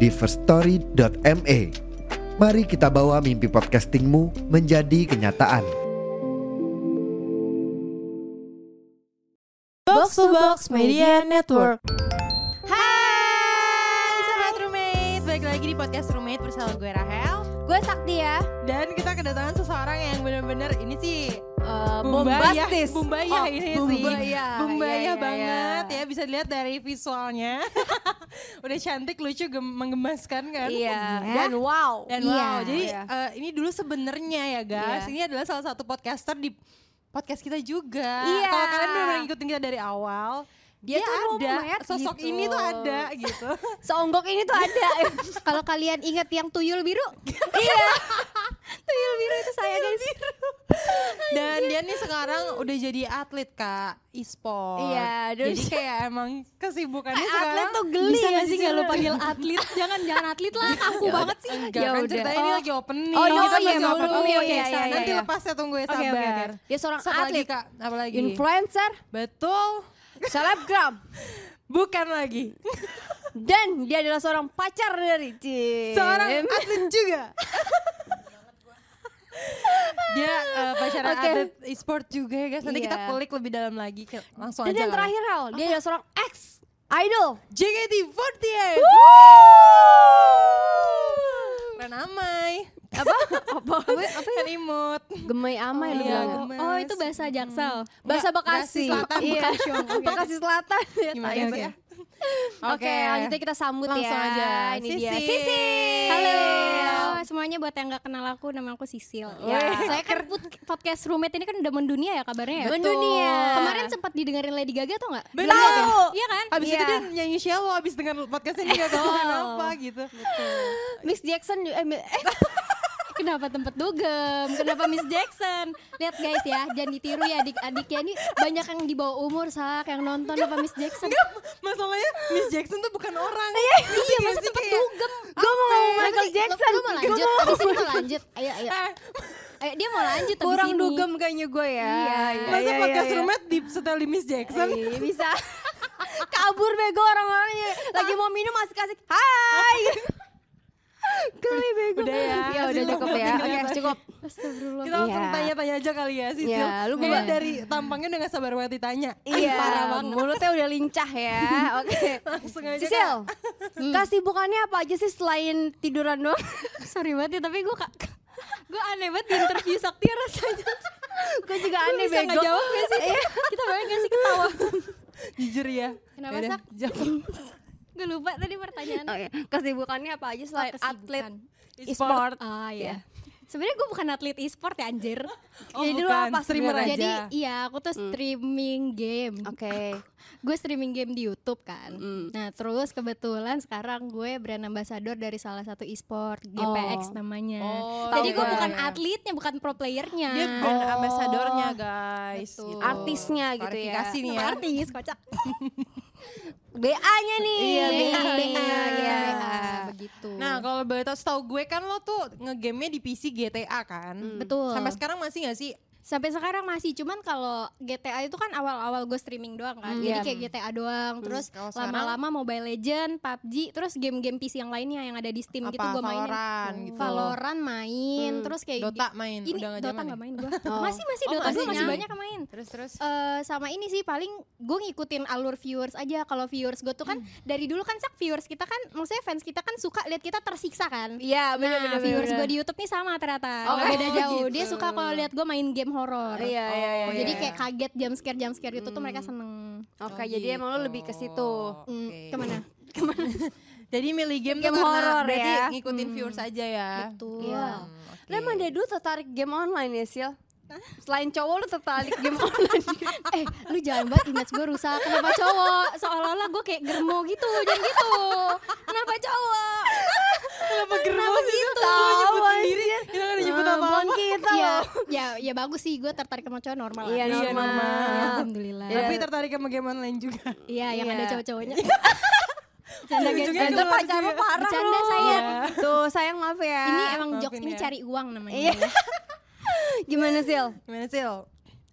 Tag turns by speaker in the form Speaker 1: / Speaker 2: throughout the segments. Speaker 1: di firststory.me. Mari kita bawa mimpi podcastingmu menjadi kenyataan.
Speaker 2: Box to Box Media Network.
Speaker 3: Hai, sahabat roommate, balik lagi di podcast roommate bersama gue Rahel
Speaker 2: Gue Sakti ya.
Speaker 3: dan kita kedatangan seseorang yang bener-bener ini sih
Speaker 2: Uh,
Speaker 3: bumbaya,
Speaker 2: bombastis.
Speaker 3: bumbaya
Speaker 2: Oh,
Speaker 3: ini sih,
Speaker 2: Bumbaya.
Speaker 3: bumbaya
Speaker 2: Iya, iya,
Speaker 3: banget
Speaker 2: iya.
Speaker 3: ya bisa dilihat dari visualnya, udah cantik, lucu, gem- menggemaskan kan?
Speaker 2: Iya.
Speaker 3: Ya.
Speaker 2: Dan wow.
Speaker 3: Dan
Speaker 2: Iya,
Speaker 3: wow, jadi
Speaker 2: iya.
Speaker 3: eh, ini dulu sebenarnya ya
Speaker 2: Iya.
Speaker 3: guys, ini adalah salah satu podcaster di podcast kita juga.
Speaker 2: Iya.
Speaker 3: Kalau kalian benar ngikutin kita dari awal,
Speaker 2: Dia tuh
Speaker 3: ada,
Speaker 2: lumayan
Speaker 3: sosok
Speaker 2: gitu.
Speaker 3: ini tuh ada gitu.
Speaker 2: seonggok ini tuh ada.
Speaker 4: Kalau kalian ingat yang tuyul biru,
Speaker 2: iya. Tuyul biru itu saya guys.
Speaker 3: Dan dia nih sekarang udah jadi atlet kak e-sport.
Speaker 2: Iya, dulu-
Speaker 3: Jadi kayak emang kesibukannya
Speaker 2: Kayak
Speaker 3: sekarang.
Speaker 2: atlet tuh geli.
Speaker 4: bisa nggak
Speaker 2: ya
Speaker 4: sih nggak lo
Speaker 2: sebenarnya.
Speaker 4: panggil atlet? Jangan jangan atlet lah, kaku banget sih.
Speaker 3: Enggak,
Speaker 2: Ya
Speaker 3: kan
Speaker 2: udah.
Speaker 3: ceritanya ini
Speaker 4: Oh.
Speaker 3: lagi
Speaker 2: Oh,
Speaker 3: opening.
Speaker 2: iya,
Speaker 3: kita
Speaker 2: iya,
Speaker 3: masih
Speaker 2: mau
Speaker 3: open.
Speaker 2: dulu.
Speaker 3: Oke, oke,
Speaker 2: Iya,
Speaker 3: sa-
Speaker 2: iya,
Speaker 3: nanti
Speaker 2: iya.
Speaker 3: lepas ya tunggu ya,
Speaker 2: Oke,
Speaker 3: sabar.
Speaker 2: oke, oke. Dia seorang
Speaker 3: Satu lagi,
Speaker 2: atlet.
Speaker 3: kak, apa lagi?
Speaker 2: Influencer,
Speaker 3: Betul,
Speaker 2: selebgram,
Speaker 3: bukan lagi.
Speaker 2: dan dia adalah seorang pacar dari Cim.
Speaker 3: Seorang atlet juga. Dia eh, pacaran
Speaker 2: Oke.
Speaker 3: atlet e-sport juga ya guys. Nanti
Speaker 2: Iya.
Speaker 3: kita kulik lebih dalam lagi. Ke- Langsung
Speaker 2: Dan
Speaker 3: aja
Speaker 2: yang
Speaker 3: kali.
Speaker 2: terakhir Hel, dia adalah seorang ex idol.
Speaker 3: JKT48. Keren amai.
Speaker 2: Apa? Apa?
Speaker 3: Apa ya? imut.
Speaker 2: Gemai amai lu
Speaker 3: Iya,
Speaker 2: bilang.
Speaker 3: gemes.
Speaker 4: Oh itu bahasa Jaksel.
Speaker 2: Bahasa
Speaker 3: Enggak, Bekasi
Speaker 2: Bekasi.
Speaker 3: Selatan,
Speaker 2: Iya.
Speaker 3: Bekasi. Oke.
Speaker 2: Bekasi Selatan. Ya,
Speaker 3: Gimana
Speaker 2: tanya
Speaker 3: sih?
Speaker 2: saya. Oke, lanjutnya kita sambut
Speaker 3: Langsung
Speaker 2: ya.
Speaker 3: aja.
Speaker 2: Ini
Speaker 3: Sisi.
Speaker 2: dia. Sisi.
Speaker 4: Halo semuanya buat yang nggak kenal aku nama aku Sisil. Ya.
Speaker 3: Wih.
Speaker 4: Saya kan put- podcast roommate ini kan udah mendunia ya kabarnya ya.
Speaker 2: Mendunia.
Speaker 4: Kemarin sempat didengerin Lady Gaga atau nggak?
Speaker 3: Betul.
Speaker 4: Dengar ya? Iya kan?
Speaker 3: Abis itu
Speaker 2: Iya.
Speaker 3: dia nyanyi Shallow abis dengan podcast ini gak tahu
Speaker 4: Betul.
Speaker 3: kenapa gitu.
Speaker 2: Miss Jackson eh, mi- eh,
Speaker 4: Kenapa tempat dugem? Kenapa Miss Jackson? Lihat guys ya, jangan ditiru ya adik-adik ya. Ini banyak yang di bawah umur sak yang nonton apa Miss Jackson.
Speaker 3: Enggak, masalahnya Miss Jackson tuh bukan orang.
Speaker 4: Iya, masa tempat dugem.
Speaker 2: gue mau ngomong
Speaker 4: Apa?
Speaker 2: Michael
Speaker 4: Lo-
Speaker 2: Jackson.
Speaker 4: Lo mau lanjut? Abis ini mau lanjut. Ayo, ayo.
Speaker 3: Eh,
Speaker 4: Ayo, dia mau lanjut abis
Speaker 2: Kurang
Speaker 4: ini.
Speaker 2: dugem kayaknya gue ya.
Speaker 4: Iya.
Speaker 3: Masa
Speaker 2: iya,
Speaker 3: podcast
Speaker 2: iya.
Speaker 3: roommate di setel di Miss Jackson?
Speaker 2: Iya, bisa. Kabur bego orang-orangnya. Lagi mau minum masih kasih. Hai. Geli bego.
Speaker 3: Udah ya,
Speaker 4: Iya,
Speaker 2: Ya udah
Speaker 3: Sisil
Speaker 2: cukup
Speaker 3: mau
Speaker 2: ya. Oke,
Speaker 3: tinggal.
Speaker 2: cukup.
Speaker 4: Astagfirullah.
Speaker 3: Kita langsung
Speaker 2: Iya.
Speaker 3: tanya-tanya aja kali ya Sisil.
Speaker 2: Iya, lu
Speaker 3: Kayaknya
Speaker 2: boleh.
Speaker 3: dari tampangnya udah gak sabar banget ditanya. Ih,
Speaker 2: Iya,
Speaker 3: Parah banget.
Speaker 2: mulutnya udah lincah ya. Oke.
Speaker 3: Langsung aja.
Speaker 2: Sisil,
Speaker 3: Kak.
Speaker 4: hmm.
Speaker 2: kesibukannya apa aja sih selain tiduran doang?
Speaker 4: Sorry banget ya, tapi gue kak gue aneh banget di interview Sakti rasanya.
Speaker 2: gue juga
Speaker 4: Lu
Speaker 2: aneh bego.
Speaker 4: bisa
Speaker 2: Iya.
Speaker 4: nggak jawab gak sih? Kita boleh gak sih ketawa?
Speaker 3: Jujur ya.
Speaker 4: Kenapa,
Speaker 3: Yaudah,
Speaker 4: Sak?
Speaker 3: jawab.
Speaker 4: Gue lupa tadi pertanyaan.
Speaker 2: Oke, kesibukannya apa aja selain
Speaker 4: Oh,
Speaker 2: atlet
Speaker 4: kesibukan.
Speaker 2: e-sport?
Speaker 4: Ah
Speaker 2: Iya.
Speaker 4: ya. Sebenarnya gue bukan atlet e-sport ya anjir.
Speaker 3: Oh,
Speaker 2: Jadi lu
Speaker 3: bukan,
Speaker 2: apa
Speaker 3: streamer
Speaker 2: sebenarnya?
Speaker 3: aja.
Speaker 4: Jadi iya aku tuh streaming game.
Speaker 2: Oke.
Speaker 4: Gue streaming game di YouTube kan.
Speaker 2: Mm.
Speaker 4: Nah, terus kebetulan sekarang gue brand ambassador dari salah satu e-sport GPX namanya.
Speaker 3: Oh,
Speaker 2: tahu
Speaker 4: Jadi gue
Speaker 2: gue.
Speaker 4: bukan atletnya, bukan pro playernya.
Speaker 3: Dia brand ambassadornya guys.
Speaker 4: Betul.
Speaker 3: gitu.
Speaker 2: Oh. Artisnya gitu ya.
Speaker 3: Klarifikasi nih ya.
Speaker 4: Artis, kocak.
Speaker 2: BA-nya nih.
Speaker 3: Iya, BA.
Speaker 4: Iya,
Speaker 2: Iya.
Speaker 4: begitu.
Speaker 3: Nah kalau boleh tahu setahu gue kan lo tuh ngegame di PC GTA kan?
Speaker 4: Betul.
Speaker 3: Sampai sekarang masih gak sih?
Speaker 4: Sampai sekarang masih cuman kalau GTA itu kan awal-awal gue streaming doang kan.
Speaker 2: Hmm.
Speaker 4: Jadi
Speaker 2: Iya.
Speaker 4: kayak GTA doang, terus
Speaker 3: Mm, Kalau sekarang?
Speaker 4: lama-lama Mobile Legend, PUBG, terus game-game PC yang lainnya yang ada di Steam
Speaker 3: Apa,
Speaker 4: gitu gue mainin.
Speaker 3: Valorant gitu? Mm.
Speaker 4: Valorant main,
Speaker 2: Hmm.
Speaker 4: terus kayak gitu.
Speaker 3: Dota main?
Speaker 4: ini
Speaker 3: Udah gak
Speaker 4: Dota
Speaker 3: zaman ya?
Speaker 4: nggak main gue.
Speaker 2: Oh.
Speaker 4: Masih masih
Speaker 3: Oh,
Speaker 4: Dota gue
Speaker 3: masih
Speaker 4: masih
Speaker 3: main.
Speaker 4: banyak yang main.
Speaker 3: Terus terus.
Speaker 4: Eh, sama ini sih paling gue ngikutin alur viewers aja kalau viewers gue tuh kan dari dulu kan sak viewers kita kan maksudnya fans kita kan suka lihat kita tersiksa kan
Speaker 2: Iya, benar
Speaker 4: nah viewers gue di YouTube nih sama ternyata
Speaker 2: Oh,
Speaker 4: nggak beda
Speaker 2: oh,
Speaker 4: jauh dia
Speaker 2: gitu.
Speaker 4: suka kalau lihat gue main game horor
Speaker 2: Iya, iya, iya.
Speaker 4: jadi
Speaker 2: iya.
Speaker 4: kayak kaget jam scare jam scare gitu tuh mereka seneng
Speaker 2: Oke, jadi emang
Speaker 4: gitu.
Speaker 2: lo lebih ke situ.
Speaker 3: Oh,
Speaker 4: Hmm,
Speaker 3: gitu. Oke.
Speaker 4: kemana
Speaker 3: Jadi milih game,
Speaker 2: Game
Speaker 3: tuh karena
Speaker 2: horror
Speaker 3: berarti
Speaker 2: ya.
Speaker 3: ngikutin viewers aja ya.
Speaker 4: Betul.
Speaker 2: Iya.
Speaker 3: Hmm, oke.
Speaker 2: Lo emang dari dulu tertarik game online ya, Sil? Selain cowok lo tertarik game online.
Speaker 4: eh lu jangan banget image gue rusak kenapa cowok seolah-olah gue kayak germo gitu jangan gitu kenapa cowok
Speaker 3: kenapa gerem
Speaker 2: Kenapa gitu?
Speaker 3: sih itu? Lu nyebut
Speaker 2: Tahu,
Speaker 3: sendiri,
Speaker 2: anjir.
Speaker 3: kita gak nyebut
Speaker 2: Eh,
Speaker 3: apa-apa.
Speaker 2: bukan kita
Speaker 4: ya,
Speaker 2: loh.
Speaker 4: ya, ya bagus sih gue tertarik sama cowok normal.
Speaker 2: Iya,
Speaker 4: aja.
Speaker 2: normal.
Speaker 4: Alhamdulillah.
Speaker 2: Iya.
Speaker 4: Iya,
Speaker 3: Tapi tertarik sama game online juga.
Speaker 4: yang
Speaker 2: Iya.
Speaker 4: ada cowok-cowoknya.
Speaker 3: Ada
Speaker 4: Bercanda guys,
Speaker 3: ujungnya
Speaker 2: Jangan
Speaker 3: keluar
Speaker 4: bercanda.
Speaker 2: pacar lu
Speaker 3: juga.
Speaker 2: parah
Speaker 4: Bercanda,
Speaker 2: lu.
Speaker 4: sayang.
Speaker 2: Tuh sayang maaf ya.
Speaker 4: Ini emang
Speaker 3: Maafin
Speaker 4: jokes ini
Speaker 3: ya.
Speaker 4: cari uang namanya.
Speaker 2: Iya. Gimana Sil?
Speaker 3: Gimana sih?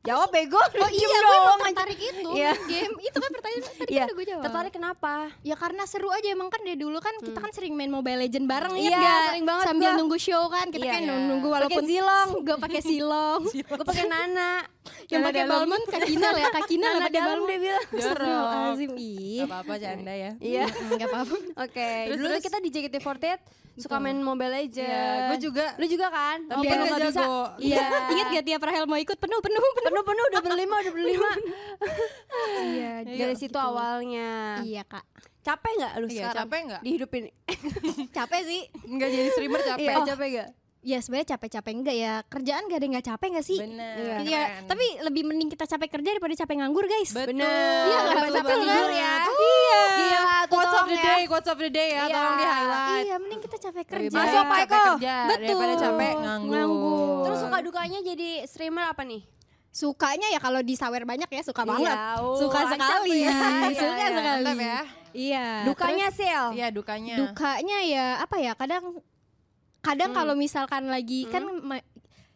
Speaker 2: Jawab bego.
Speaker 4: iya. Oh
Speaker 2: Diem
Speaker 4: iya, gue emang
Speaker 2: dong, anjir.
Speaker 4: tertarik itu
Speaker 2: Iya.
Speaker 4: main game. Itu kan pertanyaan tadi
Speaker 2: Iya.
Speaker 4: kan udah gue jawab.
Speaker 2: Tertarik kenapa?
Speaker 4: Ya karena seru aja emang kan dari dulu kan kita kan sering main Mobile Legend bareng
Speaker 2: Iya,
Speaker 4: ya nggak?
Speaker 2: sering banget
Speaker 4: Sambil
Speaker 2: gua.
Speaker 4: nunggu show kan kita
Speaker 2: Iya,
Speaker 4: kan
Speaker 2: iya.
Speaker 4: nunggu
Speaker 2: Pakai
Speaker 4: walaupun
Speaker 2: silong.
Speaker 4: gue pakai silong.
Speaker 2: Gue pakai Nana.
Speaker 4: Iya. yang
Speaker 2: Nana
Speaker 4: pakai
Speaker 2: dalam.
Speaker 4: balmond kakinal ya kakinal
Speaker 2: Nana
Speaker 4: yang pakai
Speaker 2: dalam
Speaker 4: balmond.
Speaker 2: dia bilang.
Speaker 4: Astagfirullahaladzim ih.
Speaker 3: Gak apa-apa canda ya.
Speaker 2: Iya.
Speaker 4: Enggak apa-apa.
Speaker 2: Oke,
Speaker 3: Terus,
Speaker 2: dulu tuh
Speaker 3: terus?
Speaker 2: kita di JKT48 suka main Mobile Legends.
Speaker 3: Iya, gua juga.
Speaker 2: Lu juga kan?
Speaker 3: Tapi
Speaker 2: Biar
Speaker 3: gua
Speaker 2: nggak
Speaker 3: nggak
Speaker 2: bisa.
Speaker 3: jago.
Speaker 2: Iya.
Speaker 4: Iya. Ingat gak tiap Rahel mau ikut penuh penuh penuh.
Speaker 2: Penuh-penuh udah berlima, udah berlima.
Speaker 4: Iya.
Speaker 2: Dari situ awalnya.
Speaker 4: Iya kak.
Speaker 2: Capek nggak lu
Speaker 3: Iya,
Speaker 2: sekarang?
Speaker 3: capek nggak?
Speaker 2: Dihidupin. capek sih.
Speaker 3: Enggak jadi streamer capek.
Speaker 2: Iya,
Speaker 3: Oh,
Speaker 2: capek nggak?
Speaker 4: Ya sebenarnya capek-capek enggak ya kerjaan gak ada yang nggak capek nggak sih?
Speaker 3: Bener.
Speaker 4: Iya. Tapi lebih mending kita capek kerja daripada capek nganggur guys.
Speaker 3: Betul.
Speaker 2: Bener.
Speaker 4: Iya, nggak
Speaker 2: Daripada
Speaker 4: betul,
Speaker 2: capek tidur
Speaker 4: kan?
Speaker 2: ya.
Speaker 3: Iya.
Speaker 2: Gila, tuh
Speaker 3: Quotes of
Speaker 2: tolong
Speaker 3: the
Speaker 2: ya.
Speaker 3: day, quotes of the day ya.
Speaker 2: Iya.
Speaker 3: Tolong di highlight.
Speaker 4: Iya mending kita capek
Speaker 3: Lebih
Speaker 4: kerja.
Speaker 3: baik
Speaker 2: Masuk, Pak
Speaker 3: capek
Speaker 2: Eko.
Speaker 3: kerja
Speaker 4: Betul.
Speaker 3: Daripada capek nganggur. Oh. Iya,
Speaker 4: Nganggur.
Speaker 2: Terus suka dukanya jadi streamer apa nih?
Speaker 4: Sukanya ya kalau disawer banyak ya suka
Speaker 2: Iya,
Speaker 4: banget.
Speaker 2: oh,
Speaker 4: suka
Speaker 2: mantap
Speaker 4: sekali.
Speaker 2: ya. Iya,
Speaker 4: suka
Speaker 2: iya,
Speaker 4: sekali.
Speaker 3: mantap ya.
Speaker 4: Iya.
Speaker 2: Dukanya Sil.
Speaker 3: Iya dukanya.
Speaker 4: terus dukanya ya apa ya? Kadang kadang kalau misalkan lagi kan ma-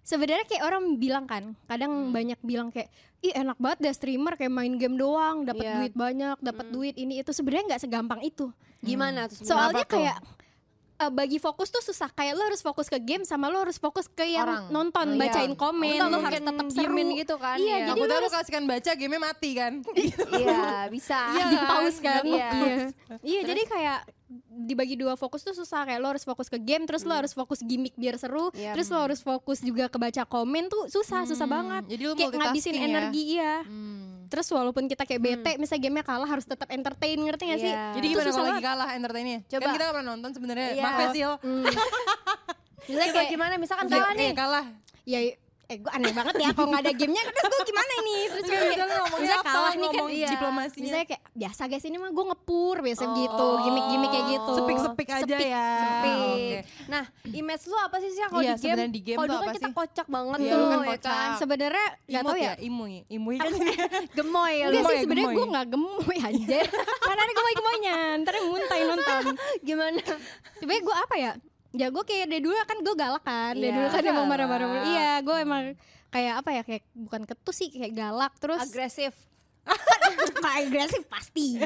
Speaker 4: sebenarnya kayak orang bilang kan, kadang banyak bilang kayak ih enak banget deh streamer kayak main game doang, dapat
Speaker 2: Iya.
Speaker 4: duit banyak, dapat duit ini itu sebenarnya nggak segampang itu.
Speaker 2: Gimana tuh? Kenapa
Speaker 4: Soalnya
Speaker 2: tuh?
Speaker 4: kayak eh, bagi fokus tuh susah. Kayak lo harus fokus ke game sama lo harus fokus ke yang
Speaker 3: Orang.
Speaker 2: Iya.
Speaker 4: nonton, bacain komen,
Speaker 2: Atau
Speaker 4: lo
Speaker 2: mungkin
Speaker 4: harus tetap
Speaker 2: diemin
Speaker 4: seru.
Speaker 2: gitu kan,
Speaker 4: Iya,
Speaker 2: ya.
Speaker 4: jadi
Speaker 3: Aku
Speaker 4: lo
Speaker 3: tahu lu
Speaker 4: harus
Speaker 3: kasihkan baca, game mati kan.
Speaker 2: Iya bisa
Speaker 3: Iya,
Speaker 4: di pause kan.
Speaker 2: Iya.
Speaker 4: Iya. Iya, jadi kayak dibagi dua fokus tuh susah kayak lo harus fokus ke game terus lo harus fokus gimmick biar seru
Speaker 2: Iya.
Speaker 4: terus lo harus fokus juga ke baca komen tuh susah susah banget
Speaker 3: Hmm. jadi lo
Speaker 4: kayak
Speaker 3: multitasking
Speaker 4: ngabisin
Speaker 3: ya.
Speaker 4: energi iya
Speaker 3: Hmm.
Speaker 4: terus walaupun kita kayak bete misalnya gamenya kalah harus tetap entertain ngerti gak sih
Speaker 2: Iya.
Speaker 3: Jadi
Speaker 4: Itu
Speaker 3: gimana
Speaker 4: susah
Speaker 3: kalau lagi
Speaker 4: banget.
Speaker 3: kalah entertainnya?
Speaker 2: Coba.
Speaker 3: Kan kita gak pernah nonton sebenarnya.
Speaker 2: Iya.
Speaker 3: Maaf ya Sil.
Speaker 2: Misalnya kayak eh, gimana misalkan
Speaker 3: Iya,
Speaker 2: kalah nih
Speaker 3: iya, kalah.
Speaker 4: ya eh gue aneh banget ya kalau nggak ada gamenya terus gue gimana ini terus gue
Speaker 3: Udah, lu Kan ngomongnya
Speaker 4: misalnya
Speaker 3: apa?
Speaker 4: kalah nih kan
Speaker 3: Ngomong diplomasinya.
Speaker 4: misalnya kayak biasa guys ini mah gue ngepur biasa gitu gimmick-gimmick kayak gitu
Speaker 3: Sepik-sepik aja ya.
Speaker 2: Sepi.
Speaker 3: Oke.
Speaker 2: Nah, image lu apa sih sih kalau
Speaker 3: Iya,
Speaker 2: di game?
Speaker 3: sebenarnya di game
Speaker 2: Kalau
Speaker 3: tuh
Speaker 2: dulu kan
Speaker 3: apa
Speaker 2: kita
Speaker 3: sih?
Speaker 2: kocak banget
Speaker 4: gitu
Speaker 3: Iya,
Speaker 2: tuh,
Speaker 3: lu kan
Speaker 2: ya
Speaker 3: kocak.
Speaker 4: sebenarnya nggak
Speaker 3: Imut
Speaker 4: tahu ya
Speaker 3: ya, imui. Imui kan.
Speaker 2: Gemoy ya lu.
Speaker 4: Enggak sih
Speaker 3: Gemoy,
Speaker 4: sebenarnya
Speaker 3: gemoy.
Speaker 4: gue gak gemoy aja Karena ada
Speaker 3: ya,
Speaker 4: gemoy-gemoynya Ntar yang muntah yang nonton
Speaker 2: Gimana?
Speaker 4: Sebenernya gue apa ya Ya gue kayak dari dulu kan gue galak kan Dari
Speaker 2: Iya,
Speaker 4: dulu kan
Speaker 3: galak.
Speaker 4: emang marah-marah mulu. Iya gue emang kayak apa ya kayak bukan ketus sih kayak galak terus
Speaker 2: Agresif.
Speaker 4: agresif pasti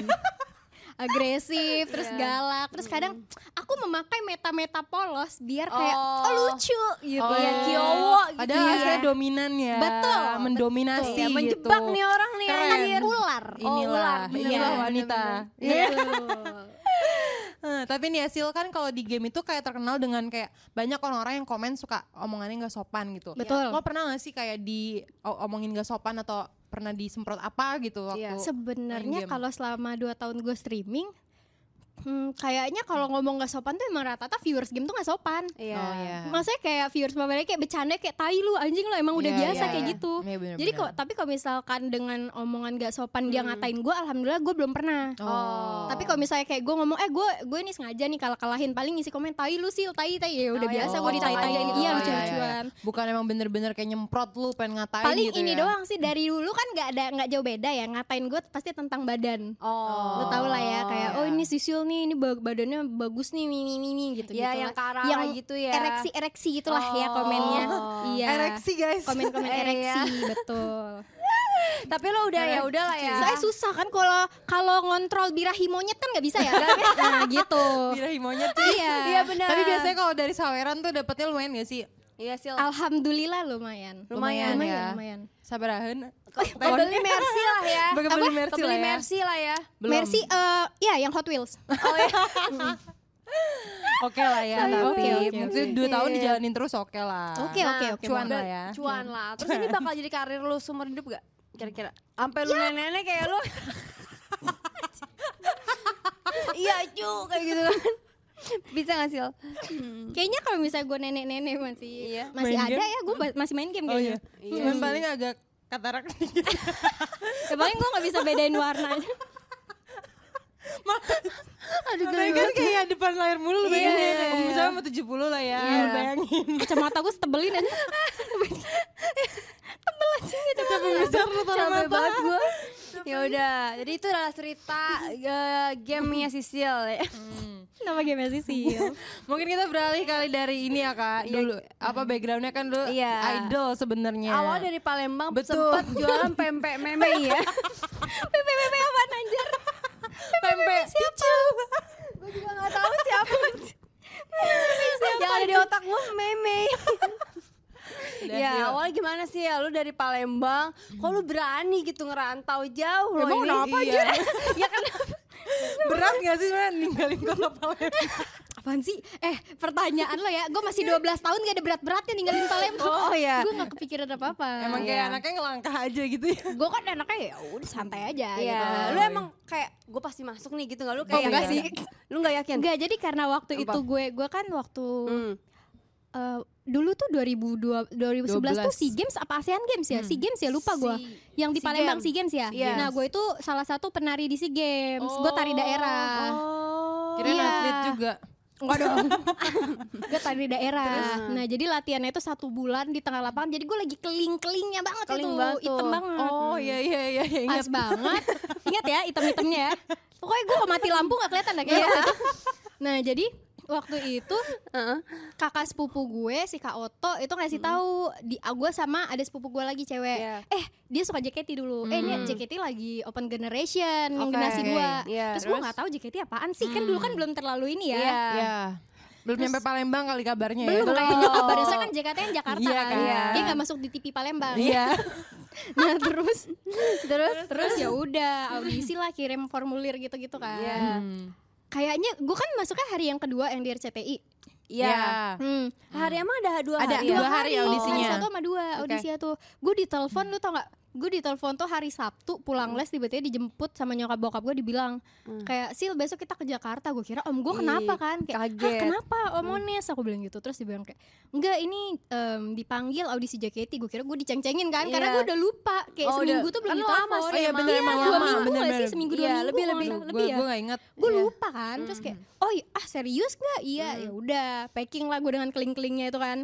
Speaker 4: agresif terus galak terus kadang aku memakai meta-meta polos biar kayak
Speaker 2: Oh.
Speaker 4: oh, lucu gitu
Speaker 2: Oh,
Speaker 4: ya
Speaker 2: iya.
Speaker 4: kiowo gitu
Speaker 3: Padahal
Speaker 4: ya.
Speaker 3: saya dominan ya.
Speaker 4: Betul,
Speaker 3: Mendominasi
Speaker 2: Iya,
Speaker 3: gitu.
Speaker 2: menjebak nih orang nih
Speaker 3: Keren.
Speaker 2: anjir. Oh,
Speaker 4: ular
Speaker 2: ular,
Speaker 3: Inilah,
Speaker 2: bener,
Speaker 3: inilah
Speaker 2: bener,
Speaker 3: wanita.
Speaker 2: Iya.
Speaker 3: Eh, tapi nih Sil kan kalau di game itu kayak terkenal dengan kayak banyak orang-orang yang komen suka omongannya nggak sopan gitu.
Speaker 4: Betul.
Speaker 3: Lo pernah nggak sih kayak di o- omongin nggak sopan atau pernah disemprot apa gitu
Speaker 2: Iya.
Speaker 3: waktu?
Speaker 4: Sebenarnya
Speaker 3: game.
Speaker 4: kalau selama 2 tahun gue streaming hmm, kayaknya kalau ngomong gak sopan tuh emang rata-rata viewers game tuh gak sopan.
Speaker 2: Iya.
Speaker 3: Oh, iya.
Speaker 4: Maksudnya kayak viewers mobile kayak bercanda kayak tai lu anjing lu emang udah
Speaker 3: Iya,
Speaker 4: biasa
Speaker 3: iya,
Speaker 4: kayak
Speaker 3: iya.
Speaker 4: gitu.
Speaker 3: Iya, bener-bener.
Speaker 4: Jadi kok tapi kalau misalkan dengan omongan gak sopan dia ngatain gue alhamdulillah gue belum pernah.
Speaker 3: Oh.
Speaker 4: Tapi kalau misalnya kayak gue ngomong eh gue gue ini sengaja nih kalah kalahin paling ngisi komen tai lu sih tai tai ya udah
Speaker 2: Oh, iya,
Speaker 4: biasa
Speaker 2: oh,
Speaker 4: gue
Speaker 3: gitu.
Speaker 4: ditai-taiin
Speaker 2: oh,
Speaker 4: iya
Speaker 2: iya,
Speaker 4: lucu-lucuan.
Speaker 3: Bukan emang bener-bener kayak nyemprot lu pengen ngatain
Speaker 4: Paling
Speaker 3: gitu
Speaker 4: ini
Speaker 3: ya.
Speaker 4: doang sih dari dulu kan nggak ada nggak jauh beda ya ngatain gue pasti tentang badan.
Speaker 2: Oh.
Speaker 4: Lo tau lah ya kayak
Speaker 3: iya.
Speaker 4: oh ini sisil nih ini ba- badannya bagus nih nih nih nih, nih gitu
Speaker 2: Iya,
Speaker 4: gitu
Speaker 2: yang
Speaker 4: lah.
Speaker 2: ke arah-arah gitu ya.
Speaker 4: ereksi ereksi gitulah ya komennya
Speaker 2: Oh.
Speaker 4: iya
Speaker 3: Ereksi guys.
Speaker 4: komen komen
Speaker 2: Iya.
Speaker 4: ereksi betul
Speaker 2: Tapi lo udah ya udah lah ya.
Speaker 4: soalnya susah kan kalau kalau ngontrol birahi monyet kan nggak bisa ya nah, gitu
Speaker 3: Birahi monyet.
Speaker 4: iya
Speaker 2: Iya benar.
Speaker 3: Tapi biasanya kalau dari saweran tuh dapetnya lumayan gak sih?
Speaker 2: Iya sih.
Speaker 4: alhamdulillah lumayan
Speaker 2: Lumayan,
Speaker 4: lumayan,
Speaker 3: ya.
Speaker 4: lumayan.
Speaker 3: Sabarahan.
Speaker 2: Kebeli mercy lah ya.
Speaker 3: Kebeli
Speaker 2: Apa?
Speaker 3: mercy
Speaker 2: Kebeli
Speaker 3: lah ya.
Speaker 2: mercy lah ya.
Speaker 3: Belum.
Speaker 4: Mercy eh ya yang Hot Wheels
Speaker 2: Oh iya.
Speaker 3: Oke lah ya.
Speaker 4: Oke,
Speaker 3: Tapi
Speaker 4: oke, oke.
Speaker 3: maksudnya dua tahun dijalanin terus iya. oke lah.
Speaker 4: oke
Speaker 2: Nah,
Speaker 4: oke oke
Speaker 3: cuan
Speaker 4: Bang.
Speaker 3: lah ya.
Speaker 2: Cuan lah. Terus ini bakal jadi karir lu seumur hidup gak? Kira-kira. Ya. Sampai lu nenek-nenek kayak lu. Iya cu kayak gitu kan. Bisa gak sih?
Speaker 4: kayaknya kalau misalnya gue nenek nenek masih
Speaker 2: Iya.
Speaker 4: masih
Speaker 3: Main
Speaker 4: ada
Speaker 3: game.
Speaker 4: ya gue masih main game
Speaker 3: Oh
Speaker 4: kayaknya
Speaker 3: iya. Cuman paling agak katarak dikit.
Speaker 4: ya, paling gue nggak bisa bedain warnanya
Speaker 3: Aduh, Iya, kan kayak depan layar mulu lu
Speaker 2: Iya.
Speaker 3: bayangin. Kalau Misalnya sama 70 lah ya,
Speaker 4: Iya.
Speaker 3: bayangin.
Speaker 4: Kacamata gue setebelin aja.
Speaker 3: Tapi besar lu taruh
Speaker 2: capek
Speaker 3: mata.
Speaker 2: Iya, banget gue ya udah jadi itu adalah cerita eh, gamenya Sisil ya.
Speaker 4: Nama game sih.
Speaker 3: Mungkin kita beralih kali dari ini ya kak dulu. Apa backgroundnya kan dulu
Speaker 2: Iya.
Speaker 3: idol sebenarnya.
Speaker 2: awal dari Palembang
Speaker 3: Betul.
Speaker 2: sempat jualan pempek meme ya
Speaker 4: PPPP apa anjir?
Speaker 3: pempek.
Speaker 2: siapa gue juga nggak tahu siapa yang ada di otak gue meme
Speaker 3: Udah, yuk.
Speaker 2: ya awal gimana sih ya lu dari Palembang kok lu berani gitu ngerantau jauh loh
Speaker 3: Emang
Speaker 2: ini
Speaker 3: kenapa,
Speaker 2: Iya.
Speaker 3: Jer?
Speaker 2: ya kenapa
Speaker 3: Berat gak sih sebenarnya ninggalin kota Palembang?
Speaker 4: Apaan sih? Eh, pertanyaan lo ya. Gue masih 12 tahun gak ada berat-beratnya ninggalin
Speaker 2: Iya. Oh,
Speaker 4: Palembang.
Speaker 2: iya.
Speaker 4: Gue gak kepikiran apa-apa.
Speaker 3: Emang
Speaker 4: Iya.
Speaker 3: kayak anaknya ngelangkah aja gitu ya.
Speaker 4: gue kan anaknya ya udah santai aja
Speaker 2: Iya,
Speaker 4: gitu.
Speaker 2: lu emang kayak gue pasti masuk nih gitu nggak lu kayak
Speaker 3: enggak
Speaker 2: nggak-
Speaker 3: sih.
Speaker 2: lu nggak yakin
Speaker 4: Enggak, gitu. jadi karena waktu
Speaker 2: Apa?
Speaker 4: itu gue gue kan waktu
Speaker 2: Hmm.
Speaker 4: eh, dulu tuh 2002 2011
Speaker 3: 12.
Speaker 4: tuh SEA Games apa ASEAN Games ya? SEA Games ya lupa gue.
Speaker 3: Si-
Speaker 4: Yang di
Speaker 2: Hmm. SEA
Speaker 4: Palembang
Speaker 2: Games. Iya.
Speaker 4: SEA Games ya.
Speaker 2: Yes.
Speaker 4: Nah, gue itu salah satu penari di SEA Games. Gue tari daerah.
Speaker 2: oh
Speaker 3: Kirain
Speaker 4: Iya.
Speaker 3: atlet juga.
Speaker 4: Enggak dong. gue tari
Speaker 2: Hmm.
Speaker 4: daerah. Nah, jadi latihannya itu satu bulan di tengah lapangan. Jadi gue lagi keling-kelingnya banget
Speaker 2: Keling
Speaker 4: itu.
Speaker 2: banget tuh.
Speaker 4: Hitam banget.
Speaker 3: Oh iya iya iya iya, ingat.
Speaker 4: As banget. Ingat ya item-itemnya ya. Pokoknya gue kalau mati lampu gak kelihatan dah kayaknya. waktu itu. Nah, jadi waktu itu
Speaker 2: Iya. Heeh.
Speaker 4: kakak sepupu gue si Kak Oto itu ngasih tahu di ah, gue sama ada sepupu gue lagi cewek.
Speaker 2: Iya.
Speaker 4: Eh, dia suka JKT dulu. Eh, ini JKT lagi open generation yang
Speaker 2: Oke.
Speaker 4: generasi dua.
Speaker 2: Iya,
Speaker 4: Terus gue
Speaker 2: terus? Mm.
Speaker 4: nggak tahu JKT apaan sih. Kan dulu kan belum terlalu ini ya.
Speaker 2: Iya.
Speaker 3: Iya. Belum nyampe Palembang kali kabarnya ya.
Speaker 4: Belum
Speaker 2: Belum.
Speaker 4: kayaknya kabarnya saya kan JKT yang Jakarta
Speaker 3: Iya
Speaker 4: kan.
Speaker 2: Oh. kan.
Speaker 4: Dia nggak masuk di TV Palembang.
Speaker 3: Iya.
Speaker 4: Nah, terus terus terus ya udah audisi lah kirim formulir gitu-gitu kan.
Speaker 2: Iya.
Speaker 4: Kayaknya gue kan masuknya hari yang kedua yang di RCTI.
Speaker 2: Iya.
Speaker 4: Hmm.
Speaker 2: Hari emang ada dua
Speaker 3: Ada
Speaker 2: hari.
Speaker 3: dua
Speaker 2: ya?
Speaker 3: hari audisinya.
Speaker 4: Iya. Hari satu sama dua audisinya tuh. Gue ditelepon lu tau gak? Gue ditelepon tuh hari Sabtu
Speaker 2: Hmm.
Speaker 4: pulang les tiba-tiba dijemput sama nyokap bokap gue dibilang kayak sil besok kita ke Jakarta gue kira om gue
Speaker 2: Ih,
Speaker 4: kenapa kan kayak "Hah,
Speaker 2: kaget. Hmm.
Speaker 4: kenapa om Ones aku bilang gitu terus dibilang kayak enggak ini em, dipanggil audisi JKT gue kira gue diceng-cengin kan karena
Speaker 2: Iya.
Speaker 4: gue udah lupa kayak
Speaker 2: Oh,
Speaker 4: seminggu
Speaker 2: udah.
Speaker 4: tuh belum
Speaker 2: Kan lama
Speaker 4: ditelepon
Speaker 2: sih
Speaker 4: iya
Speaker 2: emang.
Speaker 3: Iya, emang
Speaker 4: dua
Speaker 3: lama,
Speaker 4: minggu gak
Speaker 3: bener-bener.
Speaker 4: sih seminggu dua
Speaker 2: Iya,
Speaker 4: minggu
Speaker 2: lebih,
Speaker 4: kalau
Speaker 2: lebih.
Speaker 4: nggak salah.
Speaker 3: Gue
Speaker 4: ya
Speaker 3: gue gak inget.
Speaker 4: gue
Speaker 2: Iya.
Speaker 4: lupa kan terus kayak
Speaker 3: Hmm.
Speaker 4: oh iya, ah serius nggak iya ya udah packing lah gue dengan keling-kelingnya itu kan